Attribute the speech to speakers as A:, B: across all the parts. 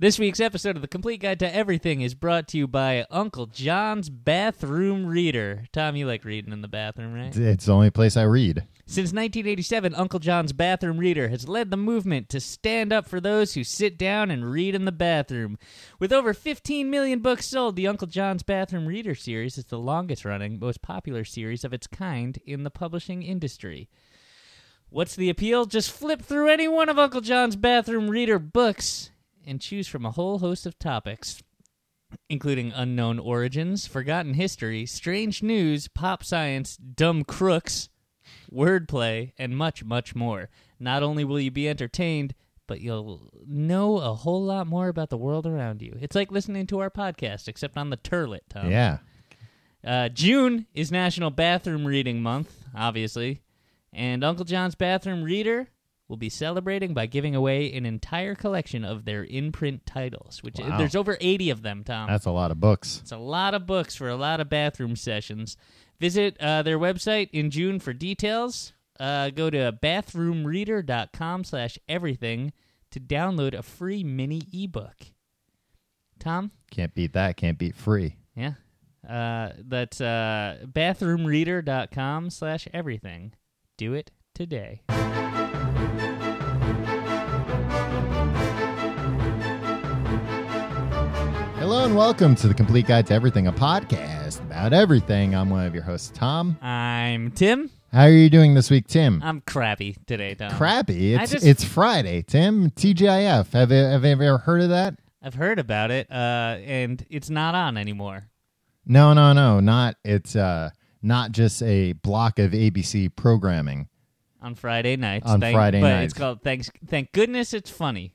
A: This week's episode of The Complete Guide to Everything is brought to you by Uncle John's Bathroom Reader. Tom, you like reading in the bathroom, right?
B: It's the only place I read.
A: Since 1987, Uncle John's Bathroom Reader has led the movement to stand up for those who sit down and read in the bathroom. With over 15 million books sold, the Uncle John's Bathroom Reader series is the longest running, most popular series of its kind in the publishing industry. What's the appeal? Just flip through any one of Uncle John's Bathroom Reader books and choose from a whole host of topics including unknown origins, forgotten history, strange news, pop science, dumb crooks, wordplay, and much, much more. Not only will you be entertained, but you'll know a whole lot more about the world around you. It's like listening to our podcast, except on the turlet, Tom.
B: yeah.
A: Uh, June is National Bathroom Reading Month, obviously, and Uncle John's Bathroom Reader will be celebrating by giving away an entire collection of their in print titles, which
B: Wow.
A: there's over 80 of them, Tom.
B: That's a lot of books.
A: It's a lot of books for a lot of bathroom sessions. Visit uh, their website in June for details. Uh, go to bathroomreader.com slash everything to download a free mini ebook. Tom?
B: Can't beat that. Can't beat free.
A: Yeah. Uh, that's uh, bathroomreader.com slash everything. Do it today.
B: Hello and welcome to the Complete Guide to Everything, a podcast about everything. I'm one of your hosts, Tom.
A: I'm Tim.
B: How are you doing this week, Tim?
A: I'm crappy today, Tom.
B: Crappy.
A: Uh, I
B: It's
A: just-
B: it's Friday, Tim. TGIF. Have you, have you ever heard of that?
A: I've heard about it, uh, and it's not on anymore.
B: No, no, no. Not it's uh not just a block of ABC programming.
A: on Friday nights.
B: On
A: thank,
B: Friday
A: but
B: nights.
A: it's called thanks. Thank goodness it's funny.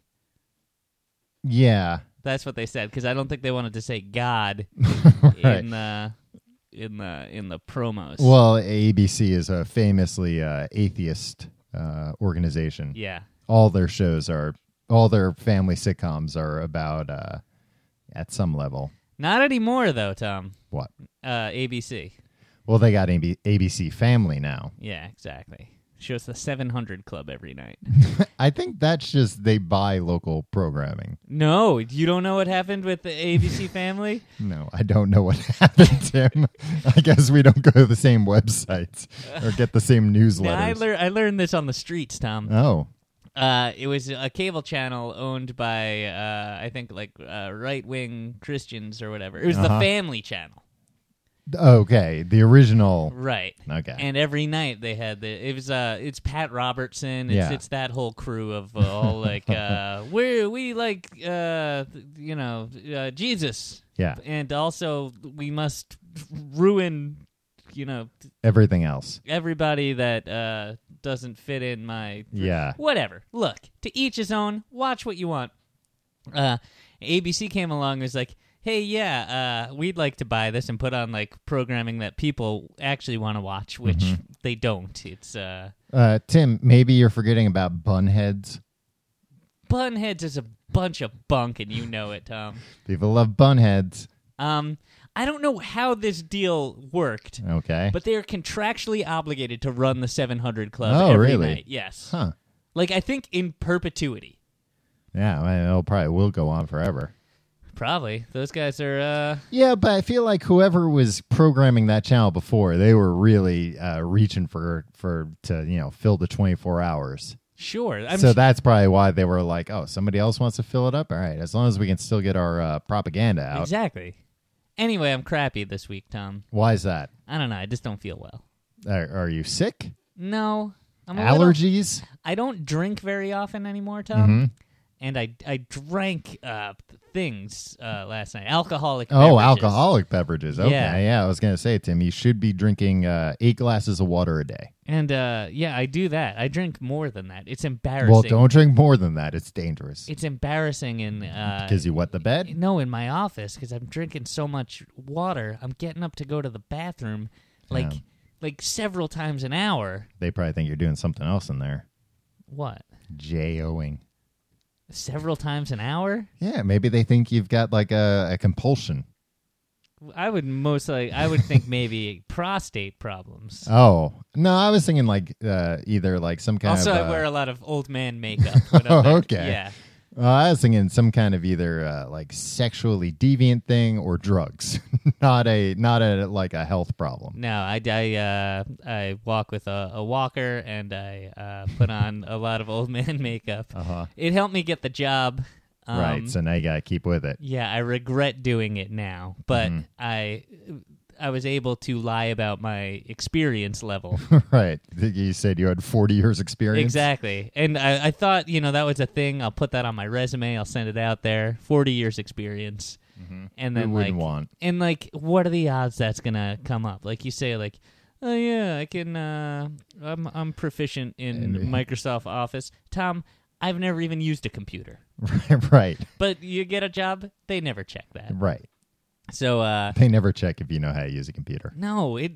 B: Yeah.
A: That's what they said because I don't think they wanted to say God
B: Right.
A: in the in the in the promos.
B: Well, ABC is a famously uh, atheist uh, organization.
A: yeah,
B: all their shows are all their family sitcoms are about uh at some level
A: not anymore though, Tom.
B: what
A: Uh, ABC.
B: well they got AB- abc family now
A: Yeah, exactly. Shows the 700 Club every night.
B: i think that's just they buy local programming
A: no, you don't know what happened with the ABC family.
B: no i don't know what happened tim i guess we don't go to the same websites or get the same
A: Now, I,
B: newsletters
A: lear- I learned this on the streets, Tom.
B: oh
A: Uh, it was a cable channel owned by uh, I think like uh, right wing Christians or whatever. It was the
B: Uh-huh.
A: Family Channel,
B: okay the original
A: right?
B: okay
A: And every night they had the it was uh it's Pat Robertson it's
B: Yeah.
A: it's that whole crew of uh, all like uh we we like uh th- you know uh, Jesus
B: yeah
A: and also we must ruin you know
B: everything else
A: everybody that uh doesn't fit in my
B: yeah
A: whatever. Look, to each his own. Watch what you want. Uh, ABC came along and was like, hey, yeah, uh, we'd like to buy this and put on like programming that people actually want to watch, which they don't. It's uh,
B: uh tim maybe you're forgetting about bunheads
A: Bunheads is a bunch of bunk, and you know it, Tom.
B: people love bunheads
A: Um, I don't know how this deal worked,
B: okay
A: but they are contractually obligated to run the 700 Club.
B: Oh,
A: every
B: really?
A: Night. Yes.
B: huh
A: Like I think in perpetuity.
B: Yeah, well, it'll probably will go on forever.
A: Probably those guys are. Uh,
B: Yeah, but I feel like whoever was programming that channel before, they were really uh, reaching for for to you know fill the twenty four hours.
A: sure. I'm
B: so that's probably why they were like, oh, somebody else wants to fill it up. All right, as long as we can still get our uh, propaganda out.
A: Exactly. Anyway, I'm crappy this week, Tom.
B: Why is that?
A: I don't know. I just don't feel well.
B: Are, are you sick?
A: No, I'm a little-
B: Allergies?
A: I don't drink very often anymore, Tom. And I I drank uh, things uh, last night. Alcoholic.
B: Oh,
A: beverages.
B: alcoholic beverages. Okay,
A: Yeah.
B: yeah. I was gonna say, Tim, you should be drinking uh, eight glasses of water a day.
A: And uh, yeah, I do that. I drink more than that. It's embarrassing.
B: Well, don't drink more than that. It's dangerous
A: It's embarrassing in uh,
B: because you wet the bed.
A: no in my office because I'm drinking so much water. I'm getting up to go to the bathroom, like
B: Yeah.
A: like several times an hour.
B: They probably think you're doing something else in there.
A: What?
B: J-O-ing.
A: Several times an hour?
B: Yeah, maybe they think you've got like a, a compulsion.
A: I would most like I would think maybe prostate problems.
B: Oh no, I was thinking like uh, either like some kind
A: also,
B: of.
A: I
B: uh,
A: wear a lot of old man makeup. when I'm
B: Oh,
A: there.
B: okay.
A: Yeah.
B: Well, I was thinking some kind of either uh, like sexually deviant thing or drugs, not a not a like a health problem.
A: No, I, I, uh, I walk with a, a walker and I uh, put on a lot of old man makeup.
B: Uh-huh.
A: It helped me get the job. Um,
B: right. So now you gotta keep with it.
A: yeah, I regret doing it now, but
B: Mm-hmm.
A: I I was able to lie about my experience level.
B: right. I think You said you had forty years experience.
A: exactly. And I, I thought, you know, that was a thing. I'll put that on my resume. I'll send it out there. 40 years experience. And
B: Mm-hmm. We
A: then, like,
B: wouldn't want.
A: and like what are the odds that's gonna come up like you say like oh yeah i can uh i'm i'm proficient in
B: And-
A: microsoft office tom i've never even used a computer
B: right.
A: but you get a job they never check that
B: Right.
A: so uh
B: They never check if you know how to use a computer.
A: no it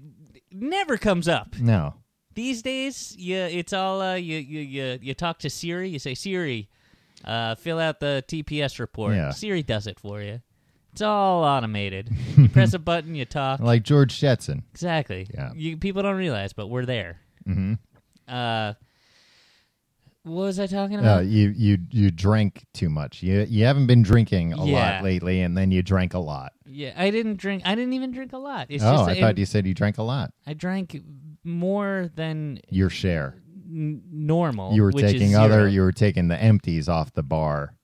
A: never comes up
B: No.
A: these days you it's all uh you you you, you talk to siri you say siri uh fill out the tps report
B: Yeah.
A: siri does it for you it's all automated you press a button you talk
B: Like George Jetson.
A: Exactly.
B: Yeah.
A: You, people don't realize, but we're there.
B: hmm
A: Uh, what was I talking
B: Uh,
A: about?
B: you you you drank too much. You you haven't been drinking a
A: Yeah.
B: lot lately, and then you drank a lot.
A: yeah, I didn't drink. I didn't even drink a lot. It's
B: oh,
A: just
B: I
A: it-
B: thought you said you drank a lot.
A: I drank more than
B: Your share.
A: n- normal.
B: You were
A: which is
B: taking other.
A: zero.
B: You were taking the empties off the bar,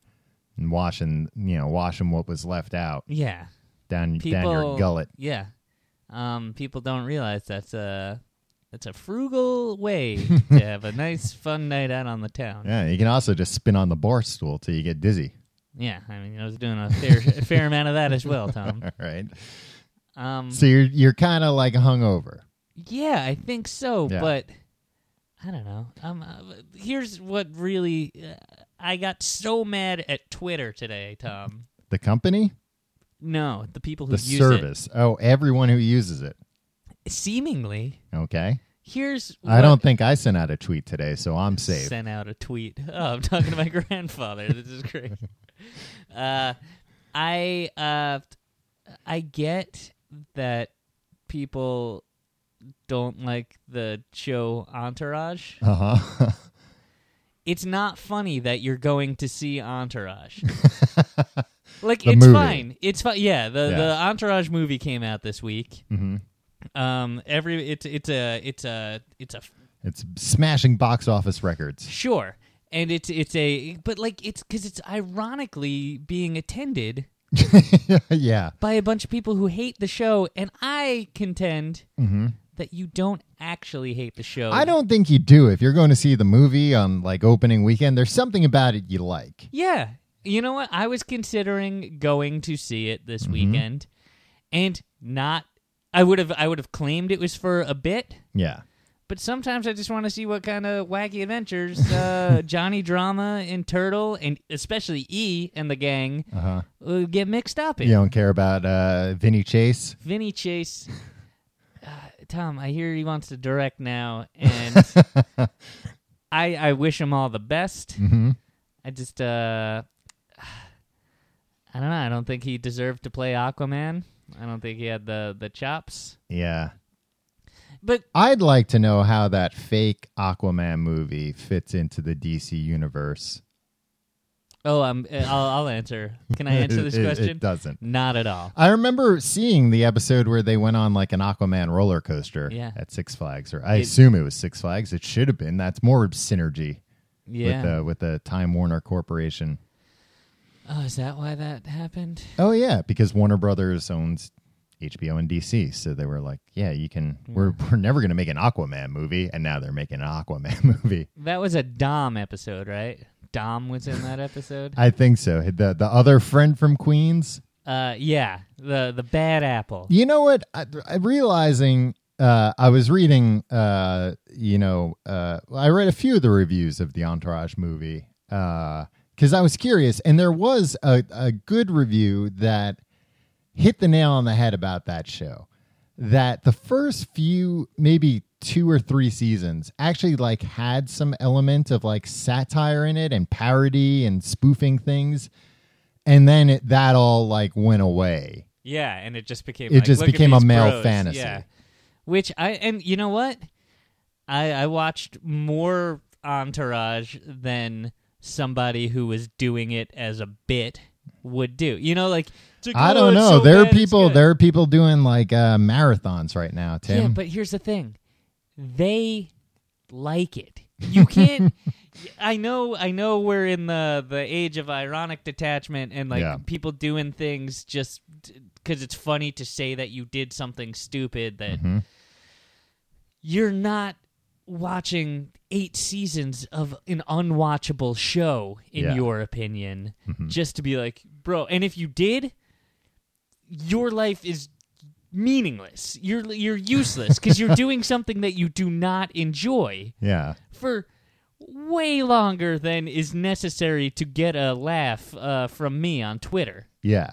B: and washing you know washing what was left out
A: yeah.
B: down
A: People.
B: down your gullet.
A: Yeah. Um, people don't realize that's a that's a frugal way to have a nice fun night out on the town.
B: Yeah, you can also just spin on the bar stool till you get dizzy.
A: Yeah, I mean, I was doing a fair fair amount of that as well, Tom.
B: All right.
A: Mm-hmm. Um,
B: So you're you're kind of like hungover.
A: Yeah, I think so,
B: Yeah.
A: but I don't know. Um, uh, here's what really uh, I got so mad at Twitter today, Tom.
B: The company,
A: No, the people who
B: the
A: use
B: service. Oh, everyone who uses it.
A: it seemingly.
B: Okay.
A: Here's
B: I
A: what
B: don't think I sent out a tweet today, so I'm safe.
A: sent out a tweet. Oh, I'm talking to my grandfather. This is great. Uh, I uh, I get that people don't like the show Entourage.
B: Uh huh.
A: it's not funny that you're going to see Entourage. like
B: The
A: it's
B: movie.
A: fine. It's fine. Yeah, the
B: Yeah.
A: the Entourage movie came out this week.
B: hmm
A: Um, every it's it's a it's a it's a
B: It's smashing box office records.
A: sure, and it's it's a but like it's because it's ironically being attended
B: yeah.
A: by a bunch of people who hate the show, and I contend
B: hmm
A: that you don't actually hate the show.
B: I don't think you do. If you're going to see the movie on like opening weekend, there's something about it you like.
A: Yeah. You know what? I was considering going to see it
B: Mm-hmm.
A: this weekend and not I would have I would have claimed it was for a bit,
B: Yeah.
A: but sometimes I just want to see what kind of wacky adventures uh, Johnny Drama and Turtle and especially E and the gang
B: Uh huh.
A: uh, get mixed up in.
B: You don't care about uh, Vinny Chase.
A: Vinny Chase uh, Tom, I hear he wants to direct now and I I wish him all the best.
B: hmm
A: I just uh I don't know. I don't think he deserved to play Aquaman. I don't think he had the the chops.
B: Yeah.
A: But
B: I'd like to know how that fake Aquaman movie fits into the DC universe.
A: oh, um, I'll, I'll answer. Can I answer this
B: It- it-
A: question?
B: it doesn't.
A: Not at all.
B: I remember seeing the episode where they went on like an Aquaman roller coaster
A: Yeah.
B: at Six Flags, or I
A: It-
B: assume it was Six Flags. It should have been. That's more synergy
A: Yeah.
B: with the with the Time Warner Corporation.
A: oh, is that why that happened?
B: Oh yeah, because Warner Brothers owns HBO and DC, so they were like, "Yeah, you can. We're we're never going to make an Aquaman movie, and now they're making an Aquaman movie."
A: That was a Dom episode, right? Dom was in that episode.
B: I think so. The the other friend from Queens,
A: Uh, yeah. The the bad apple.
B: You know what? I, I realizing uh, I was reading, uh, you know, uh, I read a few of the reviews of the Entourage movie because I was curious, and there was a, a good review that hit the nail on the head about that show. That the first few, maybe two or three seasons, actually like had some element of like satire in it and parody and spoofing things, and then it, that all like went away.
A: Yeah, and it just became
B: It
A: like,
B: just
A: look at
B: became a
A: these
B: male
A: bros.
B: fantasy.
A: Yeah. Which I and you know what? I I watched more Entourage than somebody who was doing it as a bit would do. You know, like it's like,
B: I
A: "Oh,
B: don't
A: it's
B: know.
A: so
B: there are
A: bad, it's
B: people.
A: good."
B: There are people doing like uh, marathons right now, Tim.
A: Yeah, but here's the thing. They like it. You can't I know I know we're in the the age of ironic detachment and like
B: Yeah.
A: people doing things just cuz it's funny to say that you did something stupid that
B: Mhm.
A: you're not watching 8 seasons of an unwatchable show in
B: Yeah.
A: your opinion just to be like, "Bro, and if you did, your life is meaningless. You're you're useless because you're doing something that you do not enjoy
B: yeah.
A: for way longer than is necessary to get a laugh uh, from me on Twitter.
B: Yeah.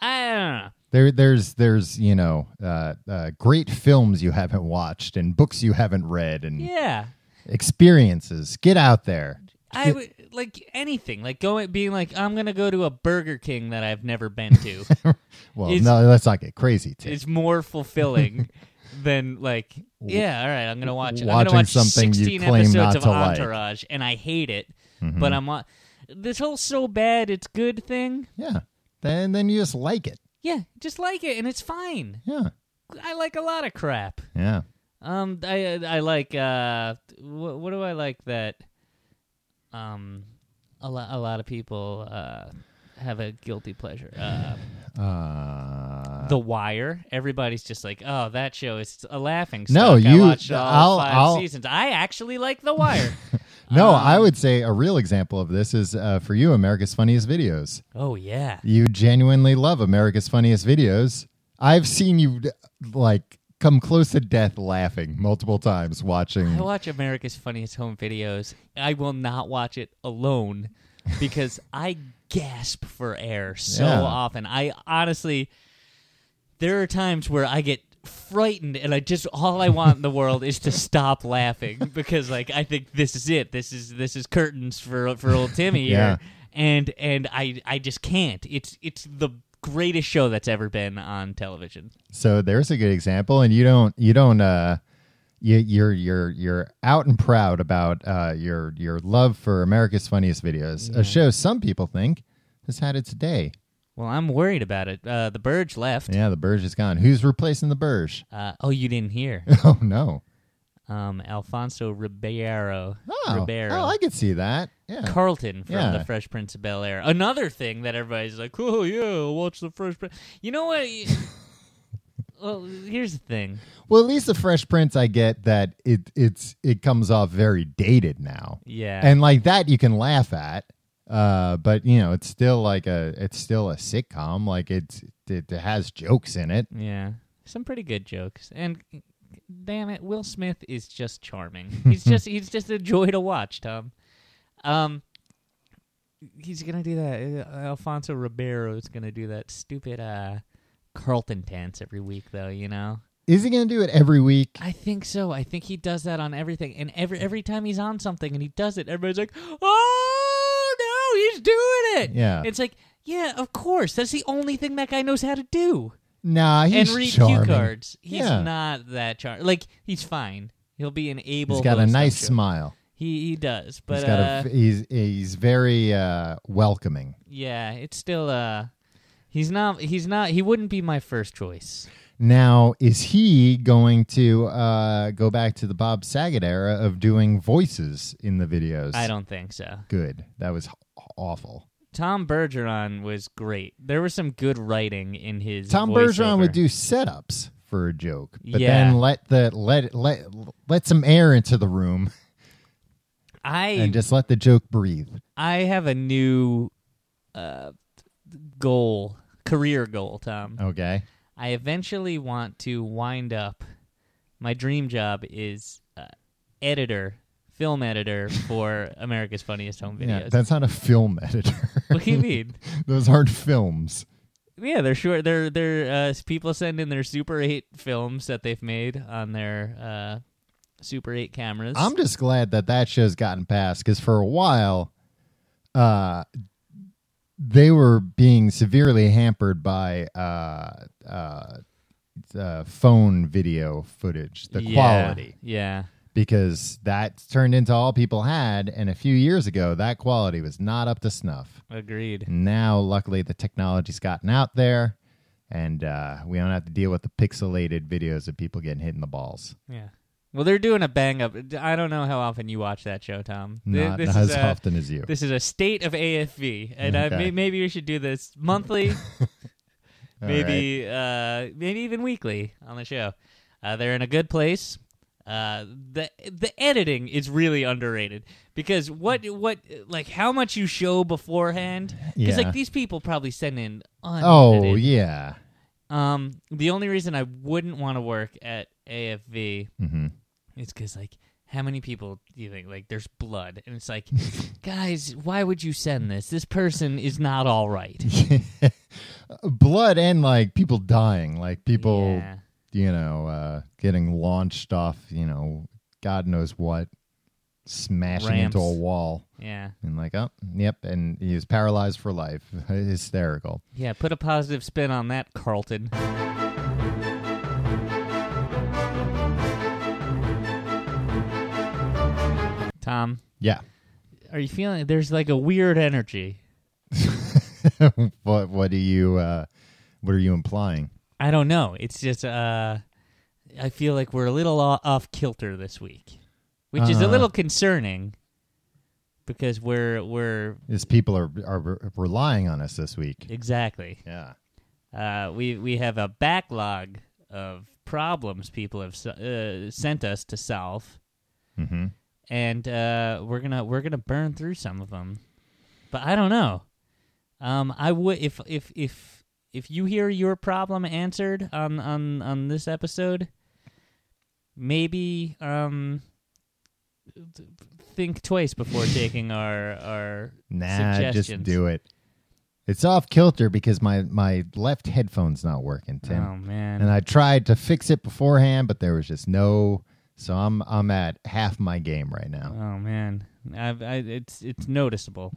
A: I don't know.
B: There, there's, there's, you know, uh, uh, great films you haven't watched and books you haven't read and
A: Yeah,
B: experiences. Get out there.
A: I would like anything like going being like I'm gonna go to a Burger King that I've never been to.
B: Well,
A: It's-
B: no, let's not get crazy, Tim.
A: it's more fulfilling. than like yeah all right i'm gonna watch it i'm gonna
B: Watching
A: watch
B: something you
A: 16
B: claim
A: episodes
B: not
A: of
B: to like. Mm-hmm.
A: entourage and i hate it but i'm on this whole so bad it's good thing
B: Yeah. Then, then you just like it.
A: yeah just like it and it's fine
B: Yeah.
A: i like a lot of crap
B: Yeah.
A: um i i like uh what, what do i like that um a, lo- a lot of people uh have a guilty pleasure uh
B: Uh,
A: The Wire. Everybody's just like, "Oh, that show is a laughing stock."
B: No,
A: I
B: you-
A: watched all
B: I'll-
A: 5
B: I'll-
A: seasons. I actually like The Wire.
B: no,
A: um,
B: I would say a real example of this is uh, for you, America's Funniest Videos.
A: oh yeah,
B: You genuinely love America's Funniest Videos. I've seen you like come close to death laughing multiple times watching.
A: I watch America's Funniest Home Videos. I will not watch it alone because I gasp for air so
B: Yeah.
A: often. I honestly, there are times where I get frightened and I just all I want in the world is to stop laughing because like I think this is it. This is this is curtains for for old Timmy
B: Yeah.
A: here. And and I I just can't. It's it's the greatest show that's ever been on television.
B: So there's a good example, and you don't you don't uh you, you're you're you're out and proud about uh your your love for America's Funniest Videos, a show some people think has had its day.
A: Well, I'm worried about it. Uh, the Burge left.
B: Yeah, the Burge is gone. Who's replacing the Burge?
A: Uh, oh, you didn't hear.
B: Oh no!
A: um, Alfonso Ribeiro.
B: Oh,
A: Ribeiro.
B: oh, I could see that. Yeah,
A: Carlton from
B: Yeah.
A: The Fresh Prince of Bel Air. Another thing that everybody's like, oh, yeah, I'll watch The Fresh Prince. You know what? well, here's the thing.
B: well, at least the Fresh Prince, I get that it it's it comes off very dated now,
A: Yeah.
B: and like that you can laugh at, uh, but you know it's still like a it's still a sitcom, like it's it has jokes in it.
A: yeah. Some pretty good jokes. And damn it, Will Smith is just charming. He's just he's just a joy to watch, Tom. Um he's going to do that. Uh, Alfonso Ribeiro is going to do that stupid uh Carlton dance every week though, you know.
B: Is he going to do it every week?
A: I think so. I think he does that on everything, and every every time he's on something and he does it, everybody's like, "Oh no, he's doing it!"
B: Yeah.
A: it's like, yeah, of course. That's the only thing that guy knows how to do.
B: Nah, he's
A: and read
B: charming.
A: cue cards. He's
B: Yeah.
A: not that char. Like he's fine. He'll be an able.
B: He's got a
A: host, I'm
B: nice
A: sure.
B: smile.
A: He he does, but
B: he's got
A: uh,
B: a he's he's very uh, welcoming.
A: yeah, it's still uh, he's not he's not he wouldn't be my first choice.
B: Now, is he going to uh, go back to the Bob Saget era of doing voices in the videos?
A: I don't think so.
B: Good. That was h- awful.
A: Tom Bergeron was great. There was some good writing in his.
B: Tom
A: voiceover.
B: Bergeron would do setups for a joke, but
A: Yeah.
B: then let the let let let some air into the room
A: I
B: and just let the joke breathe.
A: I have a new uh, goal, career goal, Tom.
B: Okay.
A: I eventually want to wind up. My dream job is uh, editor, film editor for America's Funniest Home
B: Yeah,
A: Videos.
B: that's not a film editor.
A: what do you mean?
B: Those aren't films.
A: Yeah, they're short. They're they're uh, people send in their Super Eight films that they've made on their uh, Super Eight cameras.
B: I'm just glad that that show's gotten past because for a while, uh, they were being severely hampered by uh, uh, uh, phone video footage, the
A: Yeah,
B: quality.
A: Yeah.
B: because that's turned into all people had. And a few years ago, that quality was not up to snuff.
A: Agreed.
B: Now, luckily, the technology's gotten out there, and uh, we don't have to deal with the pixelated videos of people getting hit in the balls.
A: Yeah. Well, they're doing a bang up. I don't know how often you watch that show, Tom. Th-
B: Not,
A: this
B: not
A: is
B: as
A: a,
B: often as you.
A: This is a state of AFV, and uh,
B: Okay.
A: may- maybe we should do this monthly,
B: All
A: maybe uh, maybe even weekly on the show. Uh, they're in a good place. Uh, the the editing is really underrated because what what like how much you show beforehand because
B: Yeah.
A: like these people probably send in
B: Oh
A: unedited.
B: yeah.
A: Um, the only reason I wouldn't want to work at AFV
B: hmm
A: is because like how many people do you think like there's blood and it's like, guys, why would you send this? This person is not all right.
B: Blood and like people dying, like people,
A: Yeah.
B: you know, uh, getting launched off, you know, God knows what, smashing into a
A: Ramps.
B: wall,
A: Yeah,
B: and like, oh, yep, and he was paralyzed for life. Hysterical.
A: yeah. Put a positive spin on that, Carlton. Tom,
B: Yeah.
A: are you feeling? There's like a weird energy.
B: what What do you uh, What are you implying?
A: I don't know. It's just uh, I feel like we're a little o- off kilter this week, which is a
B: Uh.
A: little concerning because we're we're
B: Is people are are re- relying on us this week?
A: exactly
B: Yeah.
A: uh, we we have a backlog of problems people have s- uh, sent us to solve,
B: Mm-hmm.
A: and uh, we're gonna we're gonna burn through some of them, but I don't know. Um, I would if if if if you hear your problem answered on on on this episode, maybe um th- think twice before taking our our
B: Nah, just
A: suggestions.
B: do it. It's off kilter because my my left headphone's not working, Tim.
A: Oh man,
B: and I tried to fix it beforehand, but there was just no. So I'm I'm at half my game right now.
A: oh man, I've, I it's it's noticeable.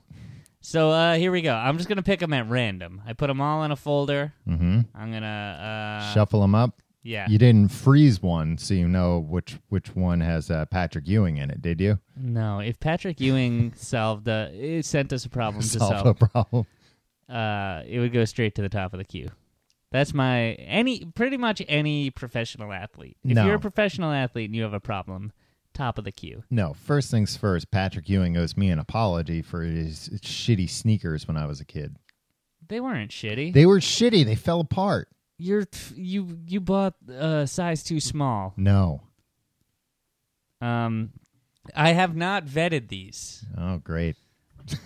A: So uh, here we go. I'm just gonna pick them at random. I put them all in a folder.
B: Mm-hmm.
A: I'm gonna uh,
B: Shuffle them up.
A: yeah.
B: You didn't freeze one, so you know which which one has uh, Patrick Ewing in it, did you?
A: No, if Patrick Ewing solved uh, it sent us a problem to
B: Solve
A: solve,
B: the problem.
A: uh, it would go straight to the top of the queue. That's my any pretty much any professional athlete. If
B: No.
A: you're a professional athlete and you have a problem, top of the queue.
B: No, first things first. Patrick Ewing owes me an apology for his shitty sneakers when I was a kid.
A: They weren't shitty.
B: They were shitty. They fell apart.
A: you're you you bought uh, size too small.
B: No.
A: Um, I have not vetted these.
B: Oh, great.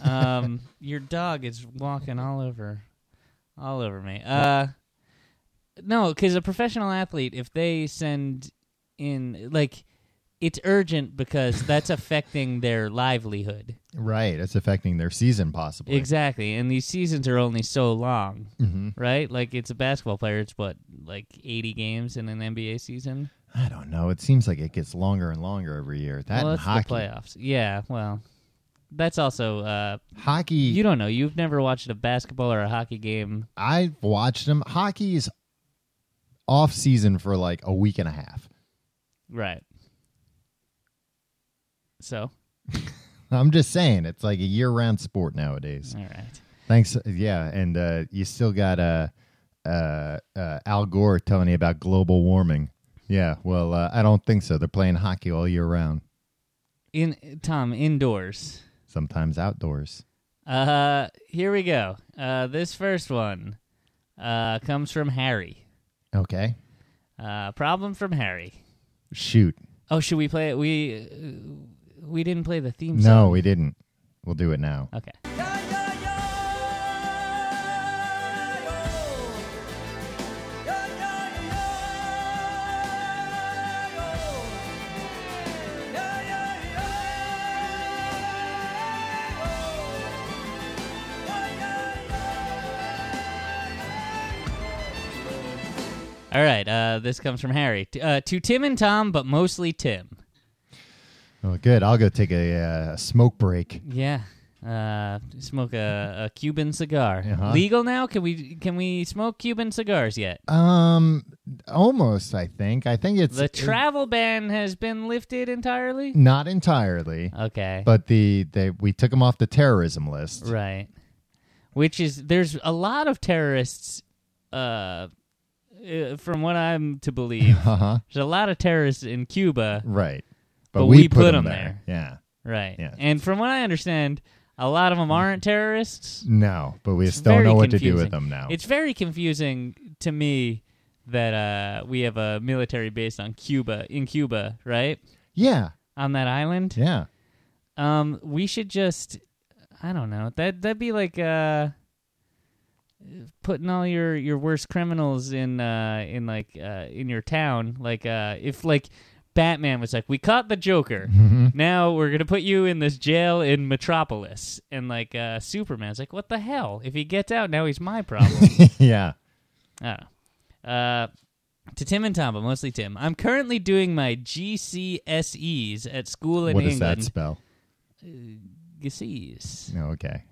A: Um, your dog is walking all over, all over me. Uh, no, because a professional athlete, if they send in like, it's urgent because that's affecting their livelihood.
B: Right. It's affecting their season possibly.
A: Exactly, and these seasons are only so long,
B: hmm
A: right? Like, it's a basketball player. It's what like eighty games in an NBA season.
B: I don't know. It seems like it gets longer and longer every year. That
A: well,
B: and
A: that's the
B: hockey.
A: playoffs. Yeah, well, that's also uh,
B: Hockey.
A: you don't know. You've never watched a basketball or a hockey game
B: I've watched them. Hockey is off season for like a week and a half.
A: Right. So,
B: I'm just saying, it's like a year round sport nowadays.
A: all right.
B: Thanks. Yeah, and uh, you still got uh, uh, uh, Al Gore telling you about global warming. Yeah, well, uh, I don't think so. They're playing hockey all year round.
A: In Tom indoors.
B: Sometimes outdoors.
A: Uh here we go. Uh this first one uh comes from Harry.
B: Okay.
A: Uh problem from Harry.
B: Shoot.
A: Oh, should we play it? We uh, we didn't play the theme
B: No,
A: song.
B: we didn't. We'll do it now.
A: Okay. All right. Uh this comes from Harry. T- uh to Tim and Tom, but mostly Tim.
B: Well, Oh, good. I'll go take a uh, smoke break.
A: Yeah. Uh, smoke a, a Cuban cigar.
B: Uh-huh.
A: Legal now? Can we can we smoke Cuban cigars yet?
B: Um, almost. I think. I think it's
A: The travel ban has been lifted entirely.
B: not
A: Uh,
B: entirely,
A: Okay.
B: but the they we took them off the terrorism list.
A: Right. Which is there's a lot of terrorists uh, uh from what I'm to believe.
B: Uh huh.
A: there's a lot of terrorists in Cuba.
B: Right.
A: But we put 'em
B: them
A: there.
B: Yeah.
A: Right.
B: Yeah.
A: And from what I understand, a lot of
B: Mm-hmm.
A: them aren't terrorists.
B: No, but we
A: It's
B: just don't
A: very
B: know what to do
A: confusing.
B: with them now.
A: It's very confusing to me that uh, we have a military base on Cuba in Cuba, right?
B: yeah.
A: On that island.
B: Yeah.
A: Um, we should just, I don't know. That that'd be like uh, putting all your your worst criminals in uh in like uh in your town. Like uh, if like Batman was like, we caught the Joker.
B: Mhm.
A: Now we're gonna put you in this jail in Metropolis, and like uh, Superman's like, what the hell? If he gets out, now he's my problem.
B: yeah.
A: I don't know. Uh, to Tim and Tom, but mostly Tim. I'm currently doing my GCSEs at school in
B: What does that
A: England.
B: spell?
A: GCSEs.
B: No, okay.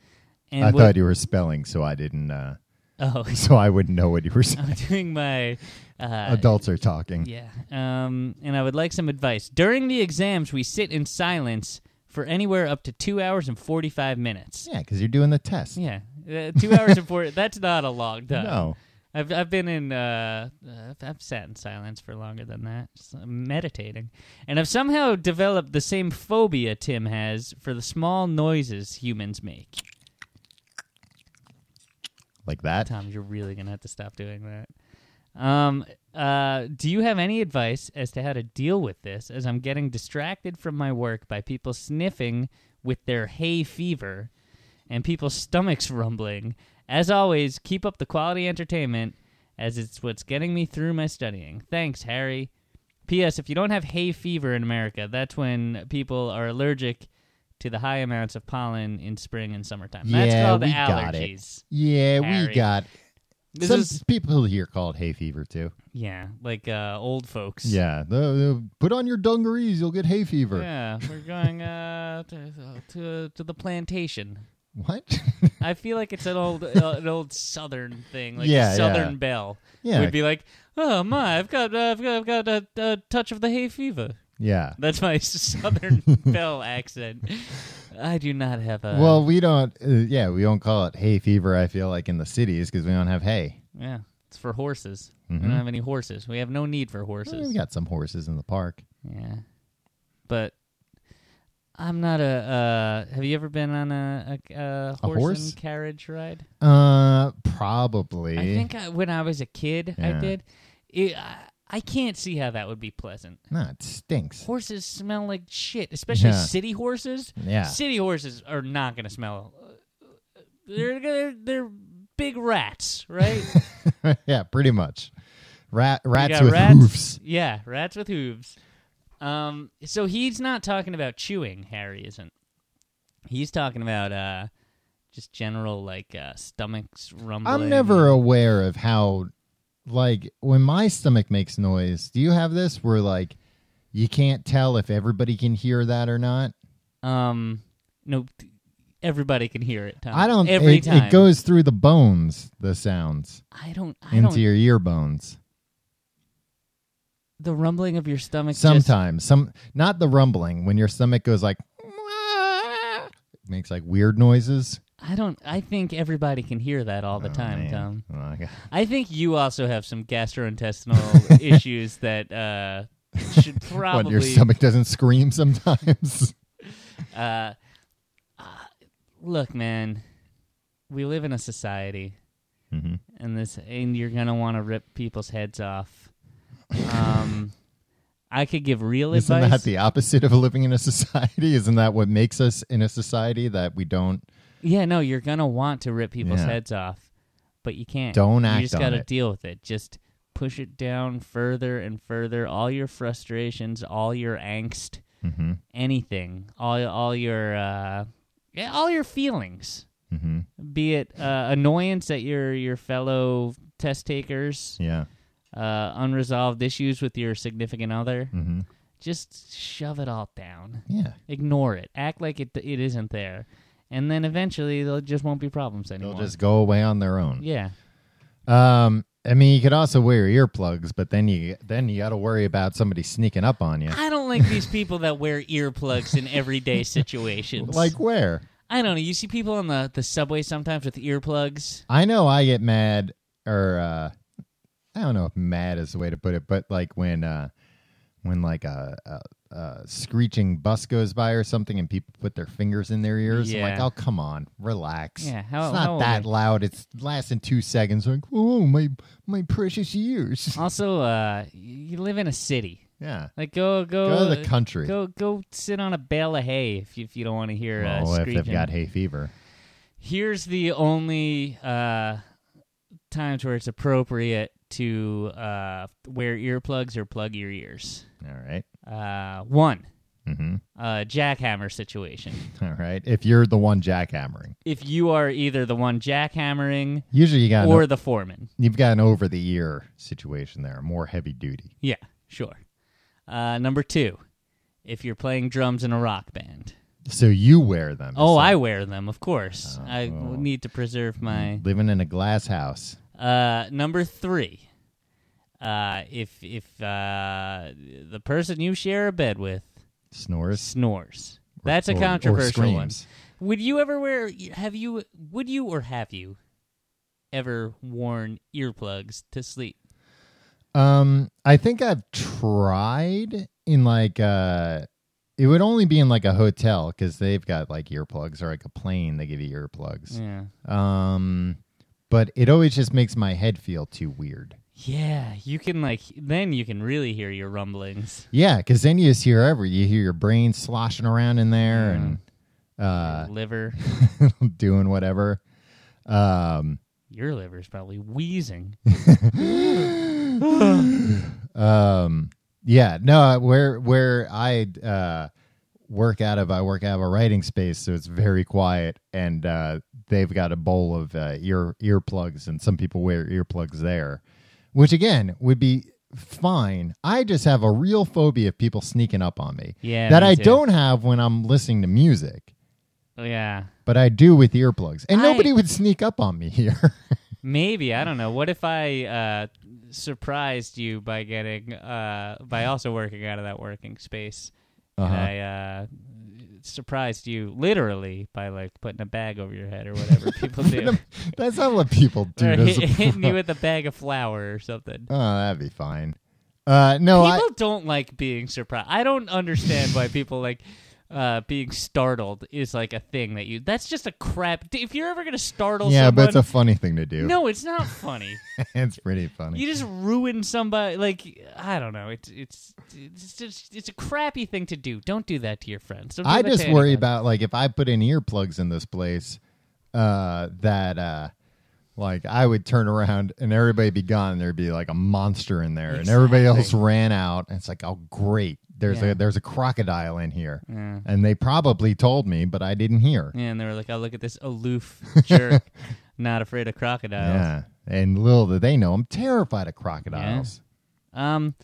A: And
B: I
A: what-
B: thought you were spelling, so I didn't. Uh,
A: Oh,
B: so I wouldn't know what you were saying.
A: I'm doing my uh,
B: Adults are talking.
A: Yeah, um, and I would like some advice. During the exams, we sit in silence for anywhere up to two hours and forty-five minutes.
B: Yeah, because you're doing the test.
A: Yeah, uh, two hours and four—that's not a long time.
B: No.
A: I've I've been in uh, uh, I've- I've sat in silence for longer than that, just, uh, meditating, and I've somehow developed the same phobia Tim has for the small noises humans make.
B: Like that?
A: Tom, you're really gonna have to stop doing that. Um, uh, do you have any advice as to how to deal with this? As I'm getting distracted from my work by people sniffing with their hay fever, and people's stomachs rumbling. As always, keep up the quality entertainment, as it's what's getting me through my studying. Thanks, Harry. P.S. If you don't have hay fever in America, that's when people are allergic to the high amounts of pollen in spring and summertime. that's
B: Yeah,
A: called
B: we
A: allergies.
B: got it. Yeah,
A: Harry.
B: we got.
A: This
B: some
A: is
B: people here call it hay fever too.
A: yeah, like uh, old folks.
B: Yeah, the- the- put on your dungarees, you'll get hay fever.
A: yeah. We're going uh, to, to to the plantation.
B: What?
A: I feel like it's an old uh, an old Southern thing, like
B: Yeah,
A: a
B: yeah.
A: Southern belle.
B: yeah,
A: We'd be like, oh my, I've got uh, I've got I've got a, a touch of the hay fever.
B: yeah.
A: That's my Southern belle accent. I do not have a
B: well, we don't. Uh, yeah, we don't call it hay fever. I feel like in the cities because we don't have hay.
A: yeah. It's for horses. We don't have any horses. We have no need for
B: Mm-hmm. Well, we
A: horses.
B: got some horses in the park.
A: Yeah, but I'm not a. Uh, have you ever been on a a, a, horse,
B: horse?
A: and carriage ride?
B: Uh, probably.
A: I think I, when I was a kid, I
B: Yeah.
A: did. It, I, I can't see how that would be pleasant.
B: no, it stinks.
A: Horses smell like shit, especially
B: Yeah.
A: city horses.
B: Yeah,
A: City horses are not going to smell. uh, They're they're, they're big rats, right?
B: yeah, pretty much. Rat,
A: You
B: rats
A: got
B: with hoofs.
A: Yeah, rats with hooves. Um, so he's not talking about chewing. Harry isn't. He's talking about uh, just general like uh, stomachs rumbling.
B: I'm never aware of how, like, when my stomach makes noise. Do you have this where like you can't tell if everybody can hear that or not?
A: Um, no, t- everybody can hear it. Tom.
B: I don't.
A: Every
B: it,
A: time
B: it goes through the bones, the sounds
A: I don't. I
B: into
A: don't.
B: your ear bones.
A: the rumbling of your stomach. just-
B: Sometimes, some not the rumbling when your stomach goes like it makes like weird noises
A: I don't. I think everybody can hear that all the
B: Oh,
A: time,
B: man.
A: Tom.
B: Oh, my God.
A: I think you also have some gastrointestinal issues that uh, should probably
B: When your stomach doesn't scream sometimes.
A: uh, uh, look, man, we live in a society,
B: Mhm.
A: and this, and you're gonna want to rip people's heads off. Um, I could give real
B: Isn't
A: advice.
B: that the opposite of living in a society? Isn't that what makes us in a society that we don't?
A: yeah, no, you're gonna want to rip people's
B: Yeah.
A: heads off, but you can't.
B: Don't
A: You
B: act
A: just
B: on
A: gotta
B: it.
A: deal with it. Just push it down further and further. All your frustrations, all your angst,
B: Mm-hmm,
A: anything, all all your uh, yeah, all your feelings.
B: mm-hmm,
A: be it uh, annoyance at your your fellow test takers,
B: yeah.
A: uh, unresolved issues with your significant other,
B: Mm-hmm,
A: just shove it all down.
B: yeah.
A: Ignore it. Act like it it isn't there, and then eventually there just won't be problems
B: They'll
A: anymore.
B: just go away on their own.
A: yeah,
B: Um, I mean, you could also wear earplugs, but then you then you got to worry about somebody sneaking up on you.
A: I don't like these people that wear earplugs in everyday situations.
B: Like where?
A: I don't know. You see people on the, the subway sometimes with earplugs.
B: I know I get mad, or uh, I don't know if mad is the way to put it, but like when uh, when like a, a, a screeching bus goes by or something, and people put their fingers in their ears. I'm like,
A: Yeah.
B: oh come on, relax.
A: Yeah, how-
B: it's
A: how
B: not
A: old
B: that
A: are-
B: loud. It's lasting two seconds. Like, oh my my precious ears.
A: Also, uh, you live in a city.
B: yeah,
A: Like go go
B: go to the country.
A: Go go sit on a bale of hay if you, if you don't want to hear uh,
B: oh, if
A: screeching.
B: they've got hay fever.
A: Here's the only uh, times where it's appropriate to uh, wear earplugs or plug your ears.
B: All right.
A: Uh, one,
B: Mm-hmm.
A: uh, jackhammer situation.
B: All right. If you're the one jackhammering,
A: if you are either the one jackhammering
B: usually you got an
A: or the foreman.
B: You've got an over the ear situation there, more heavy duty.
A: Yeah, sure. Uh, number two, if you're playing drums in a rock band.
B: So you wear them.
A: Oh,
B: So
A: I wear them, of course. I
B: Oh.
A: need to preserve my.
B: living in a glass house.
A: Uh, number three, uh, if if uh, the person you share a bed with
B: Snores.
A: snores, that's a
B: or- or
A: controversial one.
B: screams.
A: Would you ever wear? Have you? Would you or have you ever worn earplugs to sleep?
B: Um, I think I've tried in like uh it would only be in like a hotel because they've got like earplugs or like a plane they give you earplugs.
A: Yeah.
B: Um, but it always just makes my head feel too weird.
A: Yeah, you can like then you can really hear your rumblings,
B: Yeah, because then you just hear every you hear your brain sloshing around in there
A: Yeah.
B: and uh
A: your liver.
B: doing whatever. Um,
A: Your liver's probably wheezing.
B: um, yeah, no, uh, where where I uh, work out of, I work out of a writing space, so it's very quiet, and uh, they've got a bowl of uh, ear earplugs, and some people wear earplugs there, which again would be fine. I just have a real phobia of people sneaking up on me
A: Yeah,
B: that
A: me
B: I
A: too.
B: don't have when I'm listening to music.
A: Oh, Yeah,
B: But I do with earplugs, and
A: I-
B: nobody would sneak up on me here.
A: maybe I don't know. What if I uh, surprised you by getting uh, by also working out of that working space?
B: Uh-huh.
A: And I uh, surprised you literally by like putting a bag over your head or whatever people do,
B: That's not what people do.
A: or
B: to
A: hit, hitting you
B: surprise-
A: with a bag of flour or something.
B: Oh, that'd be fine. Uh, no, I
A: people don't like being surprised. I don't understand why people like uh, being startled is like a thing that you. That's just a crap. If you're ever gonna startle,
B: yeah,
A: someone,
B: but it's a funny thing to do.
A: no, it's not funny.
B: it's pretty funny.
A: you just ruin somebody. Like I don't know. It's it's it's just it's a crappy thing to do. Don't do that to your friends. Don't do
B: I
A: that
B: just
A: to
B: worry
A: anyone.
B: about like if I put in earplugs in this place, uh, that uh, like I would turn around and everybody be gone. And there'd be like a monster in there, and everybody else
A: Exactly.
B: ran out. And it's like, oh great, there's
A: Yeah.
B: a there's a crocodile in here,
A: Yeah.
B: and they probably told me, but I didn't hear.
A: Yeah, and they were like, "Oh, look at this aloof jerk, not afraid of crocodiles."
B: Yeah, and little did they know, I'm terrified of crocodiles.
A: Um,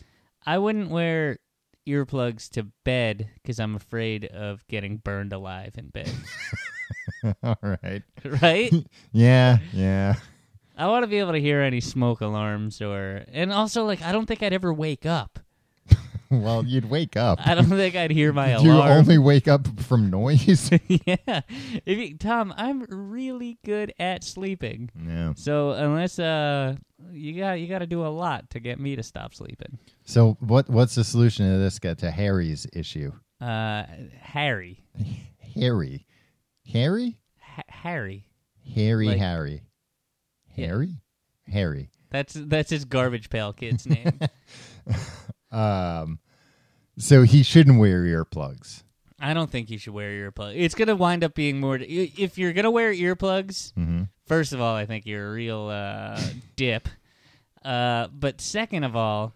A: I wouldn't wear earplugs to bed because I'm afraid of getting burned alive in bed.
B: All right.
A: right?
B: Yeah, yeah.
A: I want to be able to hear any smoke alarms or, and also like I don't think I'd ever wake up.
B: Well, you'd wake up.
A: I don't think I'd hear my
B: Do you
A: alarm.
B: only wake up from noise?
A: yeah, if you, Tom, I'm really good at sleeping.
B: yeah.
A: So unless uh you got you got to do a lot to get me to stop sleeping.
B: So what what's the solution to this get to Harry's issue?
A: Uh, Harry,
B: Harry. Harry?
A: H- Harry,
B: Harry
A: Like-
B: Harry.
A: Yeah.
B: Harry? Harry.
A: that's that's his garbage pail kid's name.
B: Um so he shouldn't wear earplugs.
A: I don't think you should wear earplugs. It's gonna wind up being more. If you're gonna wear earplugs,
B: Mhm.
A: first of all, I think you're a real uh, dip. Uh, but second of all,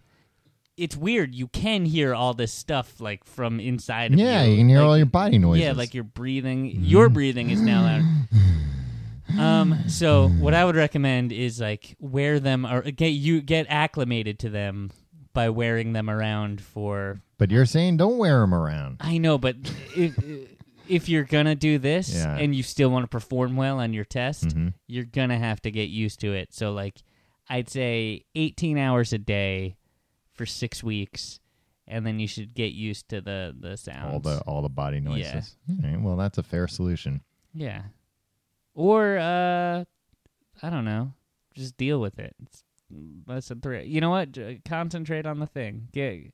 A: it's weird. You can hear all this stuff like from inside of
B: Yeah,
A: you.
B: you can hear
A: Like,
B: all your body noises. Mm-hmm.
A: Yeah, like your breathing. Your breathing is now loud. Um. So what I would recommend is like wear them or get you get acclimated to them by wearing them around for
B: But you're saying don't wear them around.
A: I know, but if if you're gonna do this
B: Yeah. Mm-hmm.
A: and you still want to perform well on your test, you're gonna have to get used to it. So like, I'd say 18 hours a day for six weeks, and then you should get used to the the sounds.
B: all the all the body noises. All right, well, that's a fair solution.
A: yeah, or uh, I don't know, just deal with it. It's less than three. You know what? J- Concentrate on the thing. Get